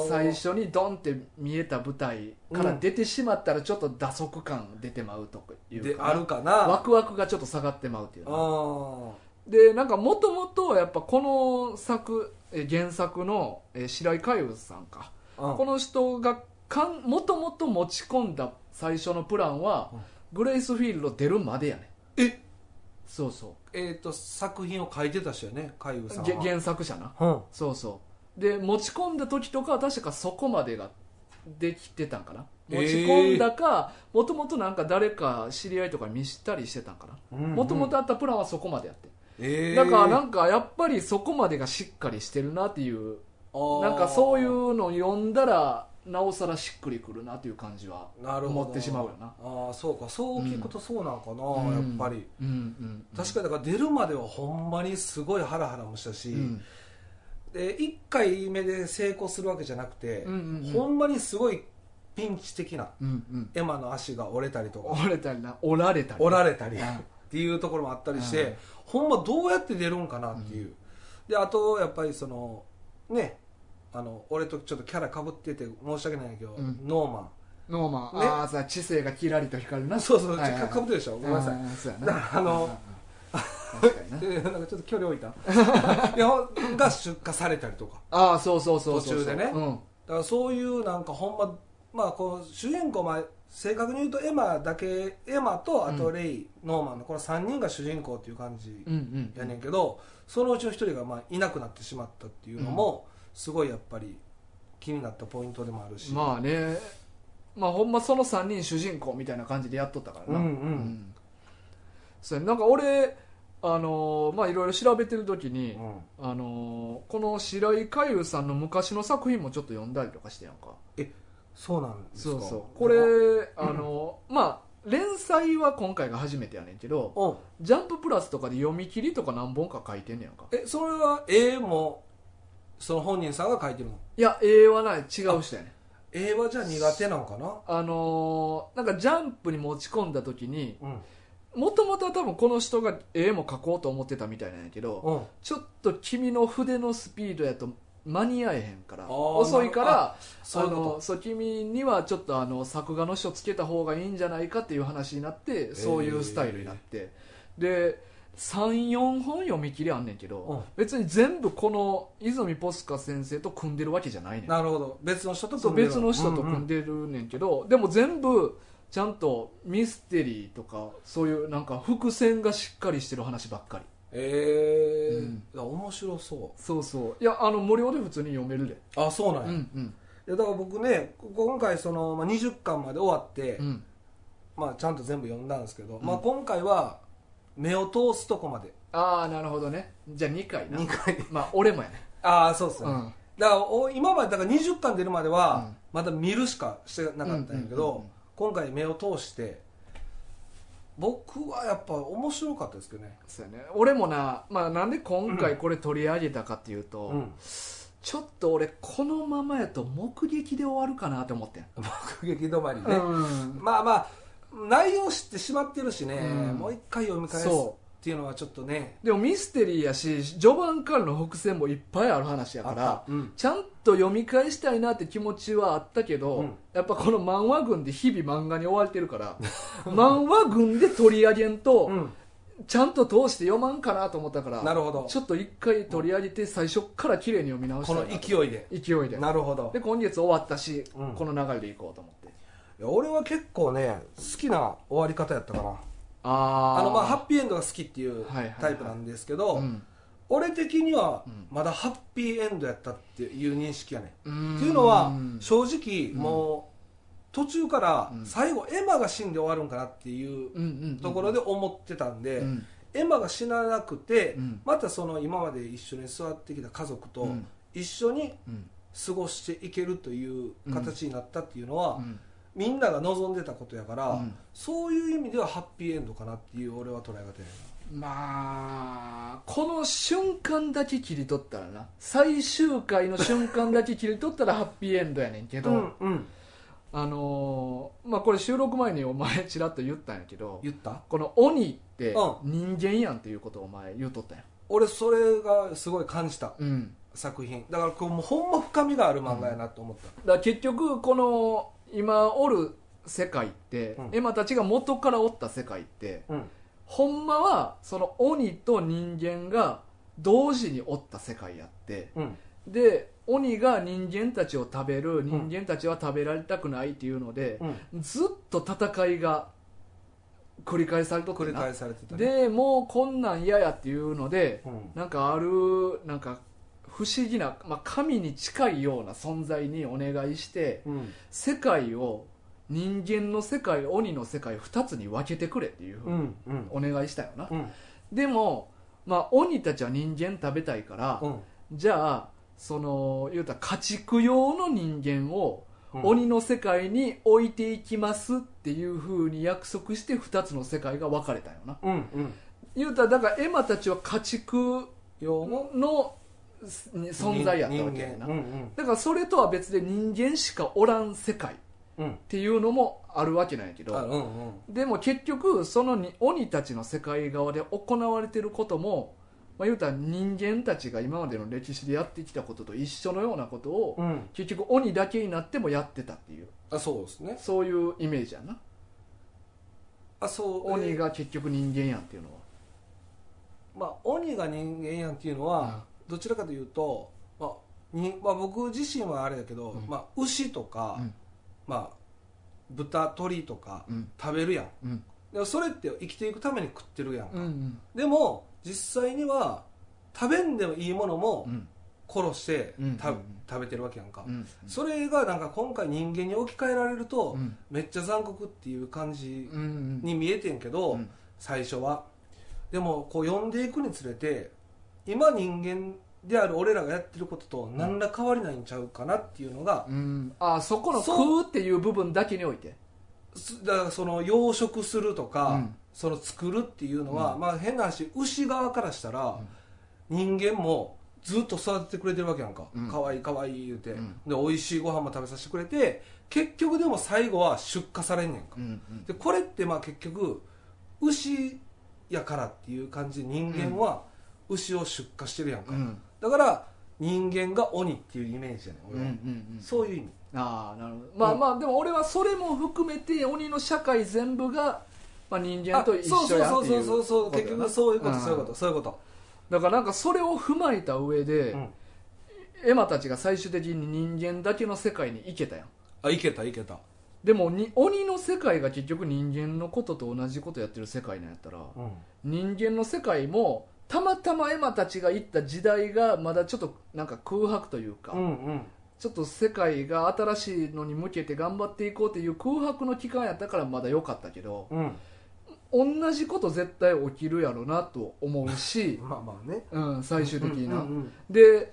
最初にドンって見えた舞台から出てしまったらちょっと打足感出てまうというでかなあるかなワクワクがちょっと下がってまうっていうあねーでなんかもともとやっぱこの作え原作のえ白井海雲さんかうんこの人がかんもともと持ち込んだ最初のプランはうんグレイスフィールド出るまでやねえそうそえー、と作品を書いてた人やね海部さうんげは原作者なうんそうそうで持ち込んだ時とかは確かそこまでができてたんかなえ持ーち込んだかもともとなんか誰か知り合いとかに見したりしてたんかなうんうんもともとあったプランはそこまでやってえーだからなんかやっぱりそこまでがしっかりしてるなっていうあーなんかそういうのを読んだらなおさらしっくりくるなっていう感じはなるほど思ってしまうよなああそうかそう聞くとそうなのかうんな、やっぱりうんうん確かにだから出るまではほんまにすごいハラハラもしたし、うんで1回目で成功するわけじゃなくて、うんうんうんほんまにすごいピンチ的なうんうんエマの足が折れたりとか折れたりな折られたり折られたりうんっていうところもあったりして、うんほんまどうやって出るんかなっていう、であとやっぱりそのねあの俺とちょっとキャラかぶってて申し訳ないんやけど、うんノーマノーマン、ねああさ知性がキラリと光るなンそうそう、はいはいはいかぶってるでしょごめんなさい、うんそうやだからあのうん確か *laughs* になでなんかちょっと距離置いた *laughs* いやほんが出荷されたりとかああそうそうそうそうそう途中でねうんだからそういうなんかほんままあこう主人公まあ正確に言うとエマだけエマとあとレイ、ノーマンのこの3人が主人公っていう感じうんうんやねんけど、そのうちの1人がまあいなくなってしまったっていうのもすごいやっぱり気になったポイントでもあるし、まあねまあほんまその3人主人公みたいな感じでやっとったからなうんうんそうやなんか俺あのーまあいろいろ調べてる時に、うんあのーこの白井海優さんの昔の作品もちょっと読んだりとかしてやんかそうなんですそかうそうこれ、あのーまあ連載は今回が初めてやねんけどう「んジャンププラス」とかで読み切りとか何本か書いてんねやんかえそれは絵もその本人さんが描いてるのいや絵はない違う人やねん絵はじゃあ苦手なんかなあのーなんかジャンプに持ち込んだ時にうんもともとは多分この人が絵も描こうと思ってたみたいなんやけどうんちょっと君の筆のスピードやと間に合えへんからあー遅いかなるらそういあうこのそう君にはちょっとあの作画の人つけた方がいいんじゃないかっていう話になってそういうスタイルになって、で34本読み切りあんねんけど、うん別に全部この泉ポスカ先生と組んでるわけじゃないねとんなるほど別の人とそう組んで別るの人とうんう組んんでるねんけど、でも全部ちゃんとミステリーとかそういうなんか伏線がしっかりしてる話ばっかりええうんいや面白そそうそういやあの無料で普通に読めるで、うあそうなんや,、ういんうんやだから僕ね今回その、まあ、20巻まで終わって、うんまあ、ちゃんと全部読んだんですけど、んまあ、今回は目を通すとこまでああなるほどねじゃあ2回な2回 *laughs* まあ俺もやねああそうですね、うんだからお今までだから20巻出るまでうはんまだ見るしかしてなかったんやけうんうんうんうどん今回目を通して僕はやっぱ面白かったですけどね、そうやね俺もな、まあ、なんで今回これ取り上げたかっていうと、 *laughs* うん、ちょっと俺このままやと目撃で終わるかなと思ってん目撃止まりね、うんまあまあ内容知ってしまってるしね、うんもう一回読み返すそっていうのはちょっとねでもミステリーやし序盤からの伏線もいっぱいある話やかあらったうんちゃんと読み返したいなって気持ちはあったけど、うんやっぱこの漫画群で日々漫画に追われてるから *laughs* 漫画群で取り上げんと、うんちゃんと通して読まんかなと思ったからなるほどちょっと一回取り上げて最初から綺麗に読み直したこいなのと勢いで勢いでなるほどで今月終わったし、うんこの流れでいこうと思っていや俺は結構ね好きな終わり方やったかなあああのまあハッピーエンドが好きっていうはいはいはいタイプなんですけど、うん俺的にはうんまだハッピーエンドやったっていう認識やね、、うんんっていうのはうん正直もう途中からうん最後エマが死んで終わるんかなっていううんうんうんところで思ってたんで、うんエマが死ななくて、うんまたその今まで一緒に座ってきた家族うとん一緒にうん過ごしていけるという形になったっていうのは、うんみんなが望んでたことやから、うんそういう意味ではハッピーエンドかなっていう俺は捉え方やなまあこの瞬間だけ切り取ったらな最終回の瞬間だけ切り取ったらハッピーエンドやねんけど、うんうんあのーまあこれ収録前にお前ちらっと言ったんやけど言ったこの鬼ってう人間やんっていうことをお前言うとったやん俺それがすごい感じたうん作品だからこれもうほんま深みがある漫画やなと思った、だから結局この今おる世界って、うんエマたちが元からおった世界ってうんほんまはその鬼と人間が同時におった世界やってうんで鬼が人間たちを食べる人間たちは食べられたくないっていうので、うん、ずっと戦いが繰り返されとっ繰てりな返されてた、ね、でもうこんなん嫌やっていうのでうん、なんかあるなんか不思議な、まあ、神に近いような存在にお願いしてうん世界を人間の世界鬼の世界2つに分けてくれっていうふううにんうんお願いしたよな、うんでも、まあ、鬼たちは人間食べたいから、うんじゃあその言うたら家畜用の人間をうん鬼の世界に置いていきますっていうふうに約束して2つの世界が分かれたよなうんうん言うたらだからエマたちは家畜用ののす存在やったわけやな人間うんだからそれとは別で人間しかおらん世界っうんていうのもあるわけなんやけうんあどうんうんでも結局そのに鬼たちの世界側で行われてることも、まあ、言うたら人間たちが今までの歴史でやってきたことと一緒のようなことを、うん結局鬼だけになってもやってたっていうあそうですねそういうイメージやなあそう鬼が結局人間やんっていうのは、まあ、鬼が人間やんっていうのは、どちらかというと、まあにまあ、僕自身はあれだけど、うんまあ、牛とか、うんまあ、豚鳥とかうん食べるやんうんでもそれって生きていくために食ってるやんか、うんでも実際には食べんでもいいものもうん殺して、うんたうん食べてるわけやんか、うんそれがなんか今回人間に置き換えられると、うんめっちゃ残酷っていう感じうんうんに見えてんけど、うん最初はでもこう呼んでいくにつれて今人間である俺らがやってることと何ら変わりないんちゃうかなっていうのが、うんあそこのそう食うっていう部分だけにおいてすだからその養殖するとか、うんその作るっていうのは、うまあ変な話牛側からしたら、人間もずっと育ててくれてるわけやんか、うんかわいいかわいい言うて、うんで美味しいご飯も食べさせてくれて結局でも最後は出荷されんねんか、うんうんでこれってまあ結局牛やからっていう感じで人間は牛を出荷してるやんか、うんだから人間が鬼っていうイメージやねんうんう俺は、んうんそういう意味ああなるほどまあまあでも俺はそれも含めて鬼の社会全部が、まあ、人間あとそう一そ緒うやそっうていそううそうそうことや結な局そういうこと、んそういうことそういうこと、だからなんかそれを踏まえた上で、うんエマたちが最終的に人間だけの世界に行けたやんあいけたいけた、でもに鬼の世界が結局人間のことと同じことやってる世界なんやったらうん人間の世界もたまたまエマたちが行った時代がまだちょっとなんか空白というか、うんうんちょっと世界が新しいのに向けて頑張っていこうっていう空白の期間やったからまだ良かったけどうん同じこと絶対起きるやろなと思う *laughs* し、まあまあねうん、最終的にな、うんうんで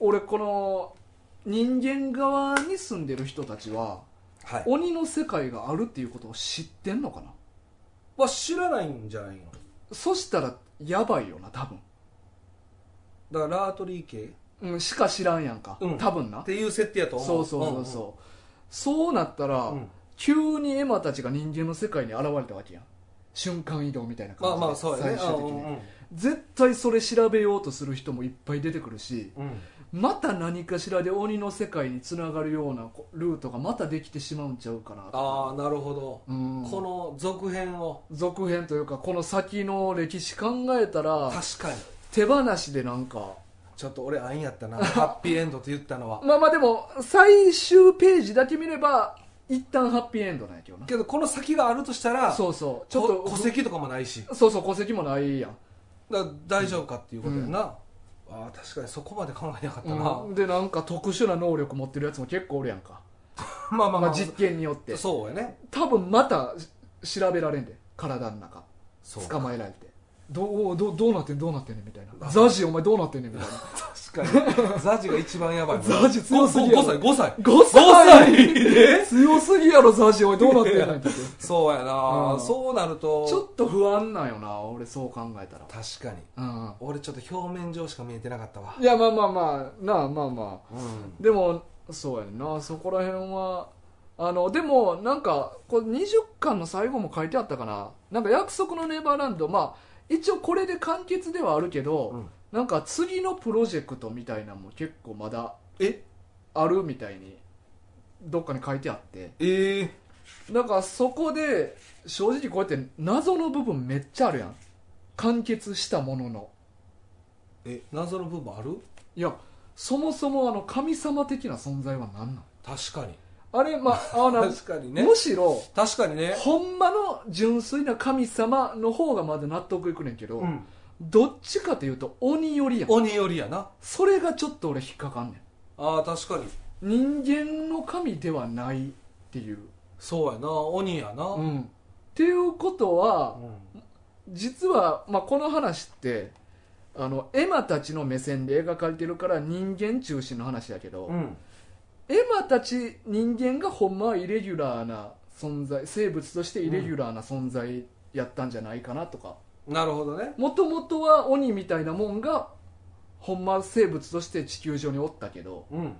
俺この人間側に住んでる人たちははい鬼の世界があるっていうことを知ってんのかなは知らないんじゃないのそしたらやばいよな多分、だからラートリー系うん、しか知らんやんか、うん多分なっていう設定やと思そううそうそうそう、そうなったら、うんうんうん急にエマたちが人間の世界に現れたわけやん瞬間移動みたいな感まじで、あまあそうやね最終的に、うんうん絶対それ調べようとする人もいっぱい出てくるしうんまた何かしらで鬼の世界につながるようなこルートがまたできてしまうんちゃうかなああなるほど、うんこの続編を続編というかこの先の歴史考えたら確かに手放しでなんかちょっと俺あんやったなハッピーエンドと言ったのはまあまあでも最終ページだけ見れば一旦ハッピーエンドなんやけどなけどこの先があるとしたらそうそうちちょっょっとと戸籍とかもないしそうそう戸籍もないやんだから大丈夫かっていうことやな、ああ確かにそこまで考えなかったな、うんでなんか特殊な能力持ってるやつも結構おるやんか、まあまあままああ、実験によってそうやね多分またし調べられんで体の中そう捕まえられてどうどうどうなってんどうなってんねんみたいなあザジお前どうなってんねんみたいな確かにザジが一番やば *laughs* いザジ強すぎやろ5歳5 5歳歳強すぎやろザジおいどうなってんねんってそうやな、うんそうなるとちょっと不安なんよな俺そう考えたら確かにうん俺ちょっと表面上しか見えてなかったわいやまあまあまあなあまあまあうんでもそうやんなそこら辺はあのでもなんかこれ20巻の最後も書いてあったかななんか約束のネバーランドまあ一応これで完結ではあるけど、うんなんか次のプロジェクトみたいなのも結構まだえあるみたいにどっかに書いてあってええなんかそこで正直こうやって謎の部分めっちゃあるやん完結したもののえ謎の部分あるいやそもそもあの神様的な存在は何なん確かにあれまああの確かにねむしろ確かにねほんまの純粋な神様の方がまだ納得いくねんけど、うんどっちかというと鬼よりやん鬼よりやなそれがちょっと俺引っかかんねんああ確かに人間の神ではないっていう、そうやな鬼やな、ううんん、っていうことは、うん実は、まあ、この話ってあのエマたちの目線で描かれてるから人間中心の話だけど、エマたち人間がほんまはイレギュラーな存在生物としてイレギュラーな存在やったんじゃないかなとかなるほどねもともとは鬼みたいなもんがほんま生物として地球上におったけどうん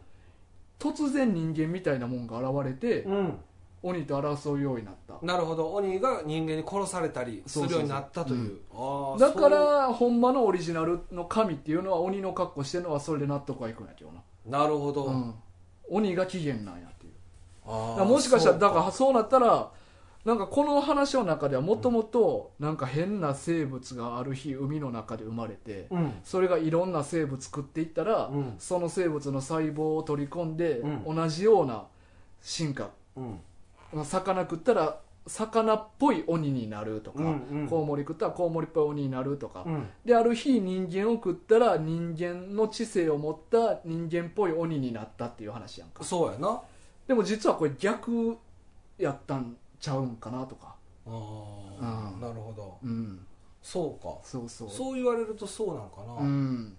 突然人間みたいなもんが現れて、うん鬼と争うようになったなるほど鬼が人間に殺されたりするようになったというあーだかそうらほんまのオリジナルの神っていうのは鬼の格好してるのはそれで納得はいくんやけどな、なるほど、うん、鬼が起源なんやっていうあだーからもしかしたらそだうからそうなったらなんかこの話の中ではもともとなんか変な生物がある日海の中で生まれてうんそれがいろんな生物食っていったら、うんその生物の細胞を取り込んで、う同じような進化うんまあ魚食ったら魚っぽい鬼になるとか、うんうんコウモリ食ったらコウモリっぽい鬼になるとか、うんである日人間を食ったら人間の知性を持った人間っぽい鬼になったっていう話やんかそうやなあでも実はこれ逆やったんちゃうんかなとかあ、うんなるほどうんそうかそうそうそう言われるとそうなんかな、うん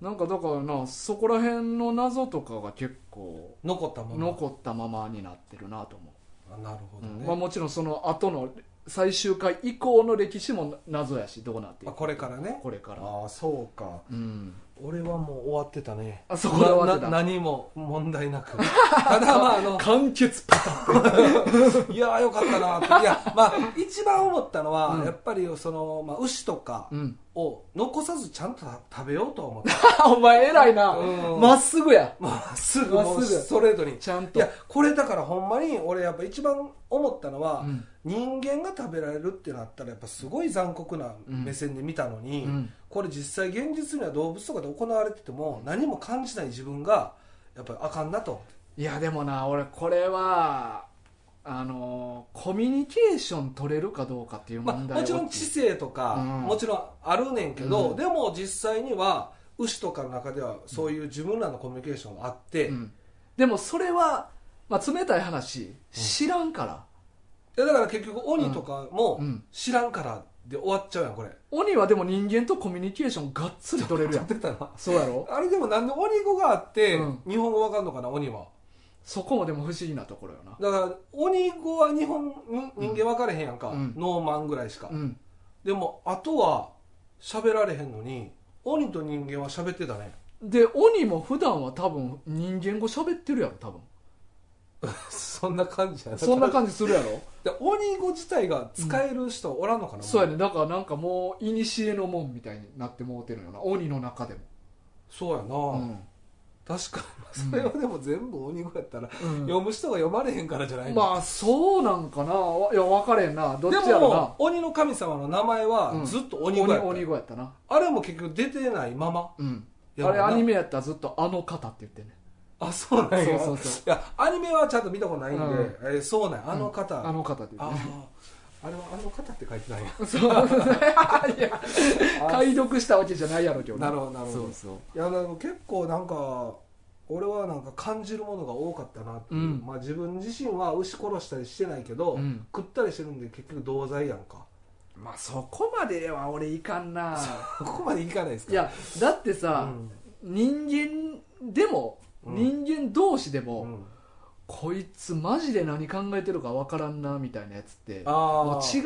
なんかだからなそこら辺の謎とかが結構残ったまま残ったままになってるなと思あなるほう、どね、うんまあ、もちろんその後の最終回以降の歴史も謎やしどうなっていあくこれからねこれからああそうかうん俺はもう終わってたねあそこで終わってたなな何も問題なくただまあ *laughs* あの完結パターンいやーよかったなっていやまあ一番思ったのは、うんやっぱりその、まあ、牛とかうん *laughs* を残さずちゃんとた食べようとは思っお前偉いなうんまっすぐやたまっすぐまっすもぐうストレートにちゃんいとやこれだからほんまに俺やっぱ一番思ったのは、うん人間が食べられるってなったらやっぱすごい残酷な目線で見たのに、うんこれ実際現実には動物とかで行われてても何も感じない自分がやっぱりあかんなといやでもな俺これはあのーコミュニケーション取れるかどうかっていうまあ、問題はもちろん知性とか、うんもちろんあるねんけど、うんでも実際には牛とかの中ではそういう自分らのコミュニケーションがあって、ういんでもそれは、まあ、冷たい話知らんから、やだから結局鬼とかもうん知らんからで終わっちゃうやんこれ鬼はでも人間とコミュニケーションがっつり取れるややっんてたなそうやろあれでもなんで鬼語があって、うん日本語わかんのかな鬼はそこもでも不思議なところよなだから鬼語は日本人人間わかれへんやんか、うんノーマンぐらいしか、うんでもあとは喋られへんのに鬼と人間は喋ってたねで鬼も普段は多分人間語喋ってるやろ多分そんな感じ *laughs* やそんな感じするや *laughs* ろで鬼語自体が使える人おらんのかな、そうやねだからなんかもう古のもんみたいになってもうてるよな鬼の中でそうやな、も、うん確かにそれはでも全部鬼語やったら、うん読む人が読まれへんからじゃないの、まあそうなんかなわいや分かれんなどっでちやろもな鬼の神様の名前うはんずっと鬼鬼語やった、鬼語やったなあれも結局出てないままうんやあもんれなアニメやったらずっと「あの方」って言ってんねあそうなんやそうそうそういやアニメはちゃんと見たことないんで、うんえーそうなんやあの方、ああの方って言ってねああれはあの方って書いてない *laughs* やそういや解読したわけじゃないやろけどなるほどなるほどそうそういやでも結構なんか俺はなんか感じるものが多かったなっていう、うんまあ、自分自身は牛殺したりしてないけど、うん食ったりしてるんで結局同罪やんか *laughs* まあそこまでは俺いかんなここまでいかないですかいやだってうさ、ん人間でもうん人間同士でも、うんこいつマジで何考えてるか分からんなみたいなやつってあもうあ違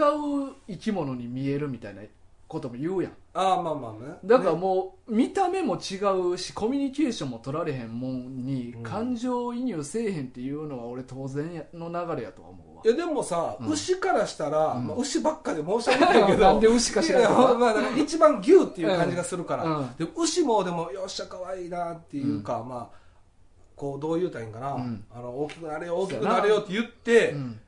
う生き物に見えるみたいなことも言うやんああまあまあねだからねもう見た目も違うしコミュニケーションも取られへんもんにうん感情移入せえへんっていうのは俺当然の流れやとは思うわいやでもさ、うん牛からしたら、うんまあ、牛ばっかで申し訳ないけどなんで牛か知らんけいどやまあだから一番牛っていう感じがするから、うんで牛もでもよっしゃ可愛いなっていうか、まあこうどう言うたらいいんかな、うんあの大きくなれよ大きくなれよって言って、うん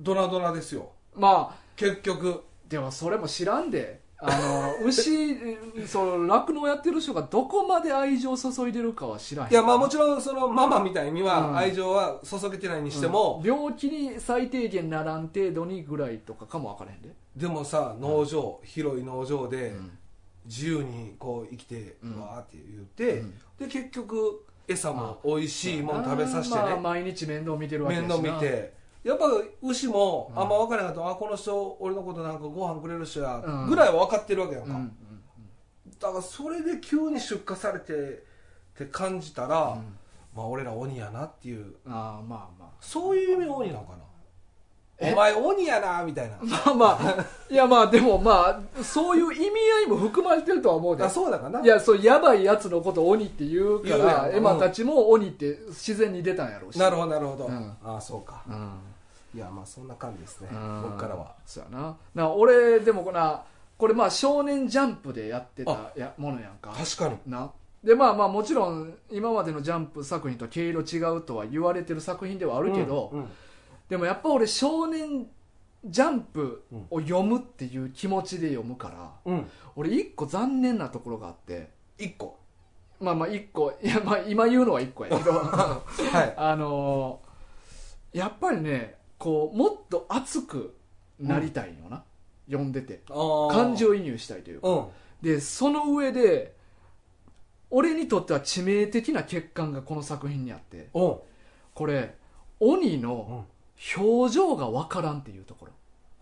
ドラドラですよまあ結局でもそれも知らんであの牛 *laughs* うんその酪農やってる人がどこまで愛情を注いでるかは知らへんいやまあもちろんそのママみたいにうんは愛情は注げてないにしても、うん病気に最低限ならん程度にぐらいとかかも分からへんででもさ農場、広い農場でうん自由にこう生きて、うんわーって言って、うんで結局餌も美味しいもん食べさせてまあね、毎日面倒見てるわけやし面な倒見てやっぱ牛もうんあんま分からなかった、あこの人俺のことなんかご飯くれる人や、うんぐらいは分かってるわけやんうか、んだからそれで急に出荷されてって感じたら、うんまあ俺ら鬼やなっていうああまあまあ *laughs* そういう意味の鬼なのかなえお前鬼やなみたいなまあまあ、いやまあでもまあ、そういう意味合いも含まれてるとは思うであ。そうだかないや、そう、やばいやつのことを鬼って言うか言うやら、んエマたちも鬼って自然に出たんやろうし。なるほどなるほど、うんああそうかうん。いやまあそんな感じですねうん僕からは。そうやな。な、俺、でもこな、これまあ少年ジャンプでやってたやものやんか。確かにな。でまあまあもちろん今までのジャンプ作品と毛色違うとは言われてる作品ではああるけど、うんうんでもやっぱ俺少年ジャンプを読むっていう気持ちで読むから、うん俺一個残念なところがあって一個まあまあ一個いやまあ今言うのは一個やけどはいあのーやっぱりねこうもっと熱くなりたいよな、読んでてあー感情移入したいというかうんでその上で俺にとっては致命的な欠陥がこの作品にあってうんこれ鬼うのん表情がわからんっていうところ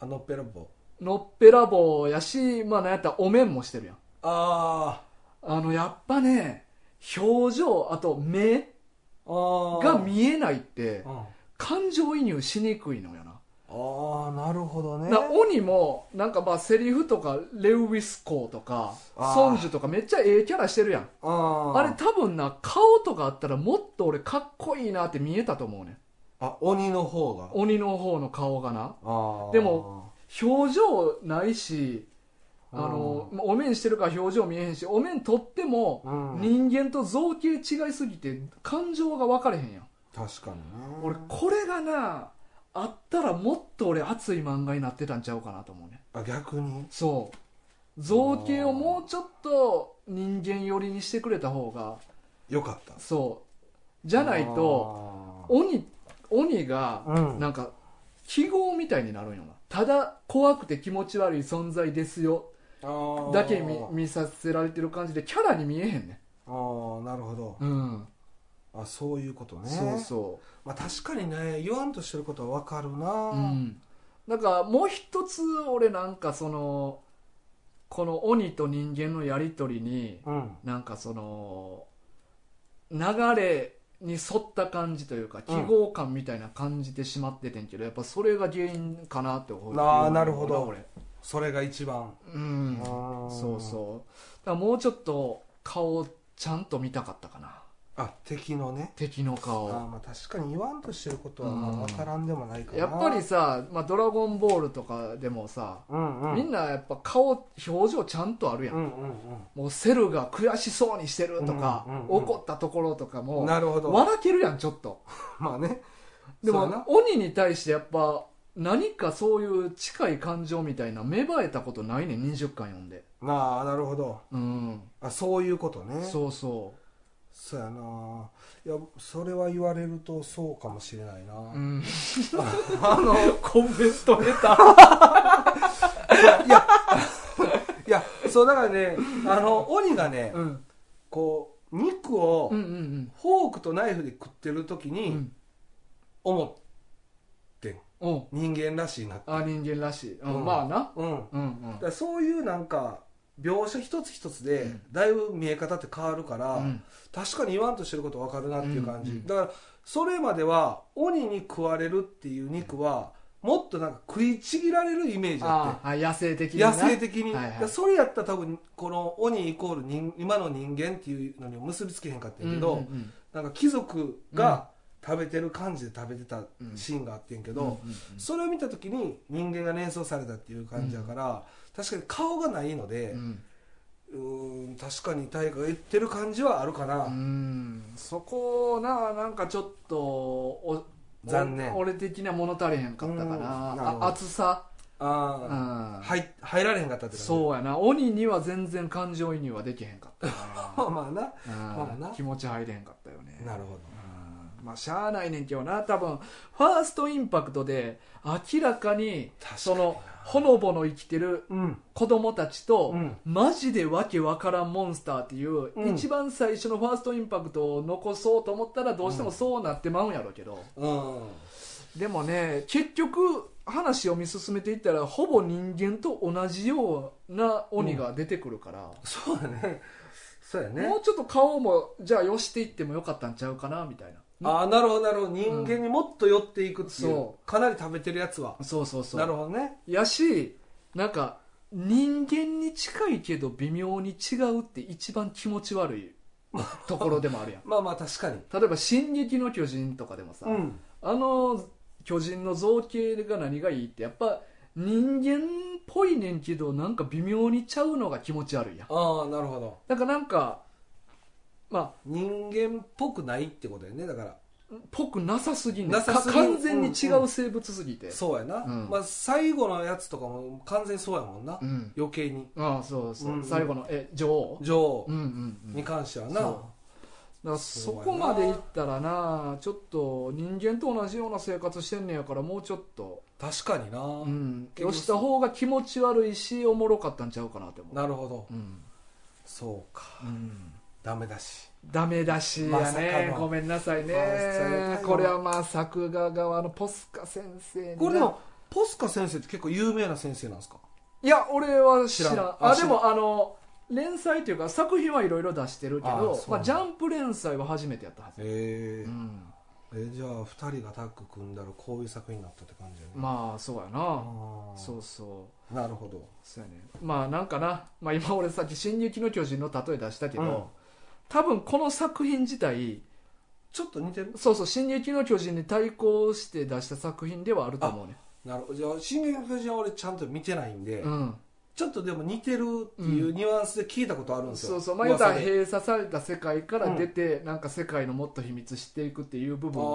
あのペラボのっぺらぼうやしまあなんやったらお面もしてるやんああのやっぱね表情あと目ーあーが見えないってうんあ感情移入しにくいのよな、あなるほどねな鬼もなんかまあセリフとかレウィスコーとかあーソンジュとかめっちゃええキャラしてるやんあーあれ多分な顔とかあったらもっと俺かっこいいなって見えたと思うねんあ鬼の方が鬼の方の顔がなあーでも表情ないしあのまあお面してるから表情見えへんしお面取ってもうん人間と造形違いすぎて感情が分かれへんやん確かにね俺これがなあったらもっと俺熱い漫画になってたんちゃうかなと思うねあ逆にそう造形をもうちょっと人間寄りにしてくれた方がよかったそうじゃないと鬼鬼がうんなんか記号みたいになるんよなただ怖くて気持ち悪い存在ですよあーだけ見見させられてる感じでキャラに見えへんねあーなるほどうんあそういうことねそうそまあ確かにね言わんとしてることはわかるなううんなんかもう一つ俺なんかそのこの鬼と人間のやり取りにうんなんかその流れに沿った感じというか記号感みたいな感じてしまっててんけど、やっぱそれが原因かなって思うあーなるほど俺それが一番うんそうそうだからもうちょっと顔をちゃんと見たかったかなうあ敵のね敵のあ顔ーまあ確かに言わんとしてることはうんまあわからんでもないかなやっぱりさ「まあ、ドラゴンボール」とかでもさ、うんうんみんなやっぱ顔表情ちゃんとあるやん、うんうんもうセルが悔しそうにしてるとか、うんうんうん怒ったところとかうんもなるほど笑けるやんちょっとまあねでそうもやな鬼に対してやっぱ何かそういう近い感情みたいな芽生えたことないねん20巻読んでなあなるほどうんあそういうことねそうそそうやないやそれは言われるとそうかもしれないな、う、うん、 *laughs* あのコメント下手いやいやそうだからねあの鬼がね、うんこう肉をうんうんフォークとナイフで食ってる時うんうにん思ってんおう人間らしいなってあ人間らしい、うんうんまあなうんうんうだんからそういうなんか描写一つ一つうでんだいぶ見え方って変わるから、うん確かに言わんとしてること分かるなっていう感じ、うんうんだからそれまでは鬼に食われるっていう肉はもっとなんか食いちぎられるイメージあってああ野生的にな野生的に、はいはいだからそれやったら多分この鬼イコール人今の人間っていうのには結びつけへんかったんやけど、うんうんうんなんか貴族が食べてる感じで食べてたうんシーンがあってんけど、うんうんそれを見た時に人間が連想されたっていう感じやから、確かに顔がないのでう、んうーん確かに大河が言ってる感じはあるかな、うんそこをななんかちょっとお残念お俺的な物足りへんかったかなうんなるほどあ厚さ、うんああ、入入られへんかったって感じそうやな鬼には全然感情移入はできへんか *laughs* ったまあまあななまあなうん気持ち入れへんかったよねなるほどうんまあしゃあないねんけどな多分ファーストインパクトで明らかに確かにそのほのぼの生きてるうん子供たちと、うんマジでわけわからんモンスターっていう、うん一番最初のファーストインパクトを残そうと思ったらどうしてもそうなってまうんやろうけど、うんでもね結局話を見進めていったらほぼ人間と同じような鬼が出てくるから、そうだねそうやねもうちょっと顔もじゃあよしていってもよかったんちゃうかなみたいなああなるほどなるほど人間にもっと寄っていくっていう、そかなり食べてるやつはそうそうそうなるほどねやしなんか人間に近いけど微妙に違うって一番気持ち悪いところでもあるやん *laughs* まあまあ確かに例えば「進撃の巨人」とかでもさ、うんあの巨人の造形が何がいいってやっぱ人間っぽいねんけどなんか微妙にちゃうのが気持ち悪いやんああなるほどだからなんかま人間っぽくないってことやねだからあぽくなさすぎんねんなさすぎかん完全に違う生物すぎてそうやな、うんまあ最後のやつとかも完全にそうやもんな、うん、余計にああそうそう、うんうん最後のえ女王女王うんうんうんに関してはな、そだからそこまでいったらなちょっと人間と同じような生活してんねやからもうちょっと、確かにな、うん、よした方が気持ち悪いしおもろかったんちゃうかなって思うなるほどうんそうかうんダメだしダメだしまやさかね、のごめんなさいねまさかのこれはまあ作画側のポスカ先生になこれでもポスカ先生って結構有名な先生なんですかいや俺は知らん知らんああでもあの連載というか作品はいろいろ出してるけあどそうまなんだあ、ジャンプ連載は初めてやったはず、へえうん、えじゃあ2人がタッグ組んだらこういう作品になったって感じやね、まあそうやな、あーそうそうなるほどそうやねまあなんかな、まあ、今俺さっき「進撃の巨人」の例え出したけど、うん多分この作品自体ちょっと似てるそうそう「進撃の巨人」に対抗して出した作品ではあると思うねなるほどじゃあ「進撃の巨人」は俺ちゃんと見てないんで、うんちょっとでも似てるっていうニュアンスで聞いたことあるんですよ、そうそうまあ言うたら噂で閉鎖された世界から出て、なんか世界のもっと秘密していくっていう部ああ分はまあ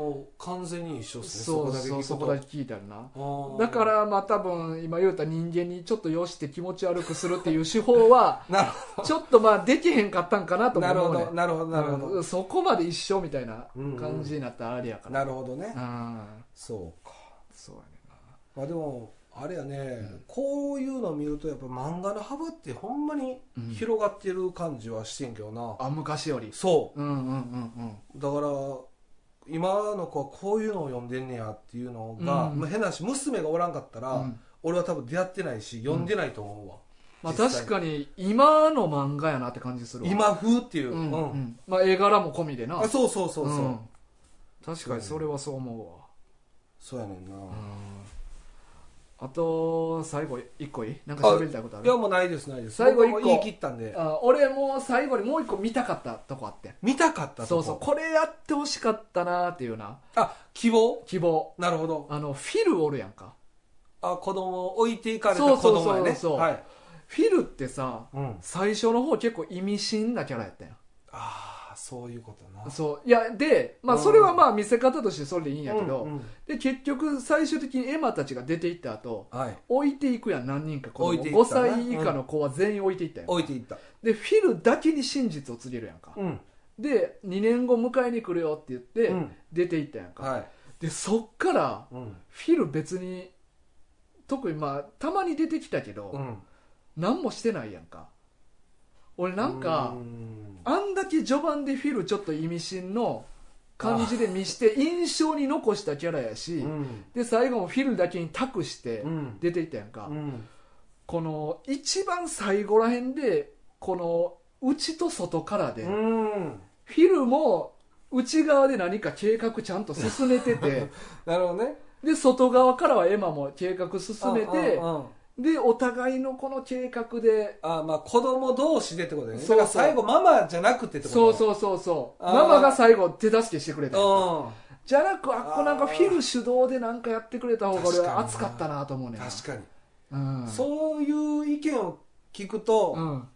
もう完全に一緒ですねそうそうそそここだだけ聞け聞いたよなくとだかあらまあ多分今言うた人間にちょっとよして気持ち悪くするっていう手法 *laughs* はーなるちょっとまあできへんかったんかなとほども思うなるほねどなるほどなるほうどんそこまで一緒みたいな感じになったらあれやから、なるほどねああそうかそうやねんなまあでもあれやね、こういうのを見るとやっぱ漫画の幅ってほんまに広がってる感じはしてんけどな、あ昔よりそうんうんうんうだから今の子はこういうのを読んでんねやっていうのが、うんまあ変な話娘がおらんかったら、うんうん俺は多分出会ってないし読んでないと思うわ、まあ、実際確かに今の漫画やなって感じするわ今風っていう、う、うんんうんまあ、絵柄も込みでなあそうそうそうそう、ん確かにそれはそう思そうやねんな、うわ、うん、あと最後一個いいなんか喋りたいことあいやるもうないですないです最後僕はもう一個言い切ったんであ俺もう最後にもう一個見たかったとこあって見たかったとそこうそうこれやってほしかったなっていうなあ希望希望なるほどあのフィルおるやんかあ子供を置いていかれた子供やねそうそうそうそうはいフィルってさうん、最初の方結構意味深なキャラやったやんああそういうことなそういやで、まあ、うんそれはまあ見せ方としてそれでいいんやけど、うんうんで結局最終的にエマたちが出ていった後はい置いていくやん何人か子供置いてい5ったね歳以下の子は全員置いていったやん、置いていったでフィルだけに真実を告げるやんか、うんで2年後迎えに来るよって言って、うん出ていったやんか、はいでそっからうんフィル別に特にまあたまに出てきたけど、うん何もしてないやんか俺なんか、うんあんだけ序盤でフィルちょっと意味深の感じで見して印象に残したキャラやし、うんで最後もフィルだけに託してうん出ていったやんか、うんこの一番最後らへんでこの内と外からで、うんフィルも内側で何か計画ちゃんと進めてて *laughs* なるほどねで外側からはエマも計画進めてうんうんうんでお互いのこの計画であまあ子供同士でってことだよねそうそうだから最後ママじゃなくてってことそううそうそうそうあーママが最後手助けしてくれたうんじゃなくあっこなんかあーフィル主導でなんかやってくれた方が俺確かにはな熱かったなと思うねん確かに、うんそういう意見を聞くと、うん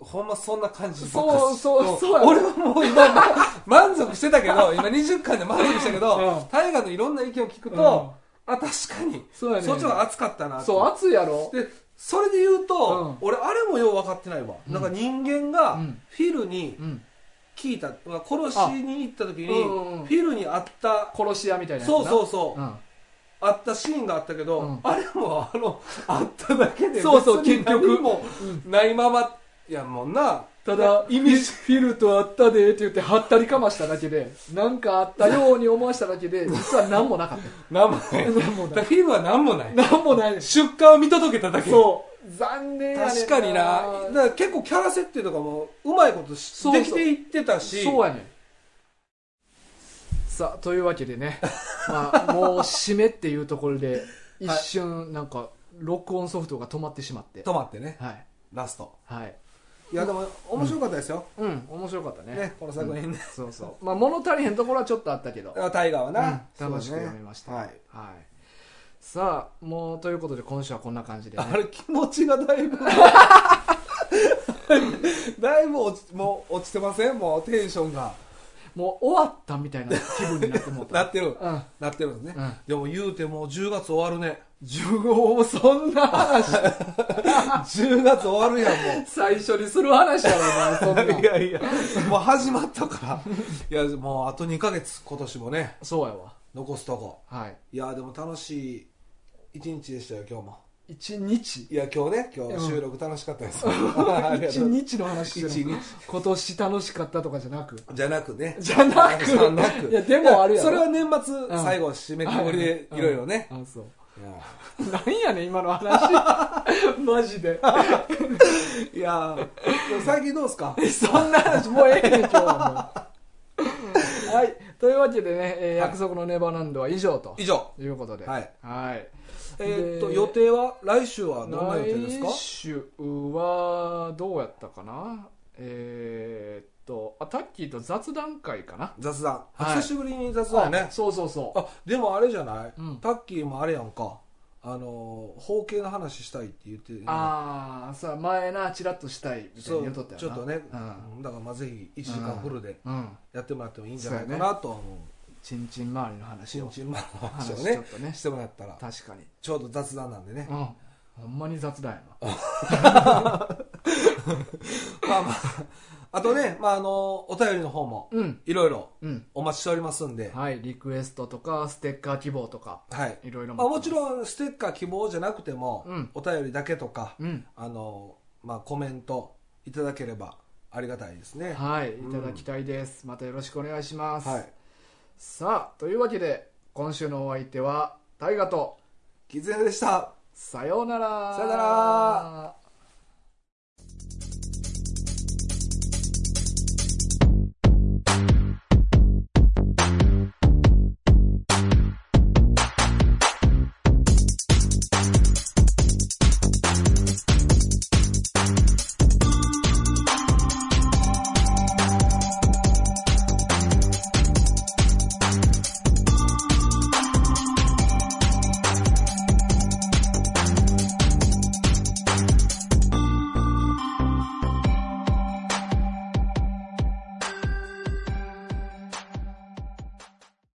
ほんまそんな感じそうばっかしそうもそうや俺はもう今ま満足してたけど今20巻で満足したけうんど大河、のいろんな意見を聞くと、あ確かにそうやねんそっちの方が熱かったなってそう熱いやろでそれで言うと、う俺あれもよう分かってないわ、うんなんか人間がうんフィルにうん聞いた、まあ殺しに行った時に、あうんうんうんフィルに会った殺し屋みたいなやつなそうそうそう、うんあったシーンがあったけど、うんあれもあのあっただけでそうそう別に結局何もないままやもんなただ意味フィルとあったでって言ってはったりかましただけでなんかあったように思わしただけ *laughs* で実は何もなかった何もない何もないだフィルは何もな *laughs* い何もないです出荷を見届けただけそう残念やねん確かになだから結構キャラ設定とかもうまいことしそうそうできていってたしそうやねんさあというわけで *laughs* ね、まあ、もう締めっていうところで一瞬なんか録音ソフトが止まってしまって止まってねはいラストはいいやでも面白かったですよ、うん面白かったねねこの作品ね、そうそうまあ物足りへんところはちょっとあったけど、あタイガーはな、うん楽しくそうね読みました、はいはい、さあもうということで今週はこんな感じで、ねあ、れ気持ちがだ *laughs* いぶだいぶ落ちもう落ちてませんもうテンションがもう終わったみたいな気分になってもうたなってるうんなってるんですうね、んでも言うてもう10月終わるね15そんな話 *laughs* 10月終わるやんも最初にする話やろお前そん *laughs* ういなやいやもう始まったからいやもうあと2ヶ月今年もねそうやわ残すとこはいいやでも楽しい一日でしたよ今日も一日いや今日ね今うん日収録楽しかったです、 *laughs* ありが一とう日の話して一る日今年楽しかったとかじゃなくじゃなくねじゃなくじゃなくいやでもあるやろそれは年末、ん最後締めくくりでいろいろね、あそういやなんやねん今の *laughs* 話マジでいやでも最近どうですかそんな話もうええねん今日はも *laughs* うはいというわけでね、えーはい約束のネバーランドは以上と以上いうことでははいはいえーっとで予定は来週はどんな予定ですか来週はどうやったかなえーっとあタッキーと雑談会かな雑談、はい久しぶりに雑談ねあそうそうそうあでもあれじゃない、うんタッキーもあれやんかあのー包茎の話したいって言ってああさあ前なチラッとしたいみたいそにう言うとったよなちょっとね、うん、だからまあぜひ1時間フルでうん、やってもらってもいいんじゃないかなとは思う、チンチン周りの話ちんをちんまの話話をちょねっとねしてもらったら確かにちょうど雑談なんでねう、んほんまに雑談やなまあまああとね、まあ、あのお便りの方もうんいろいろうんお待ちしておりますんで、はいリクエストとかステッカー希望とかはいいろいろまあ、もちんろんステッカー希望じゃなくても、うんお便りだけとか、うんあのまあ、コメントいただければありがたいですねはいいうんただきたいです、またよろしくお願いします、はいさあというわけで今週のお相手は大ガとキズネでしたさようならさようなら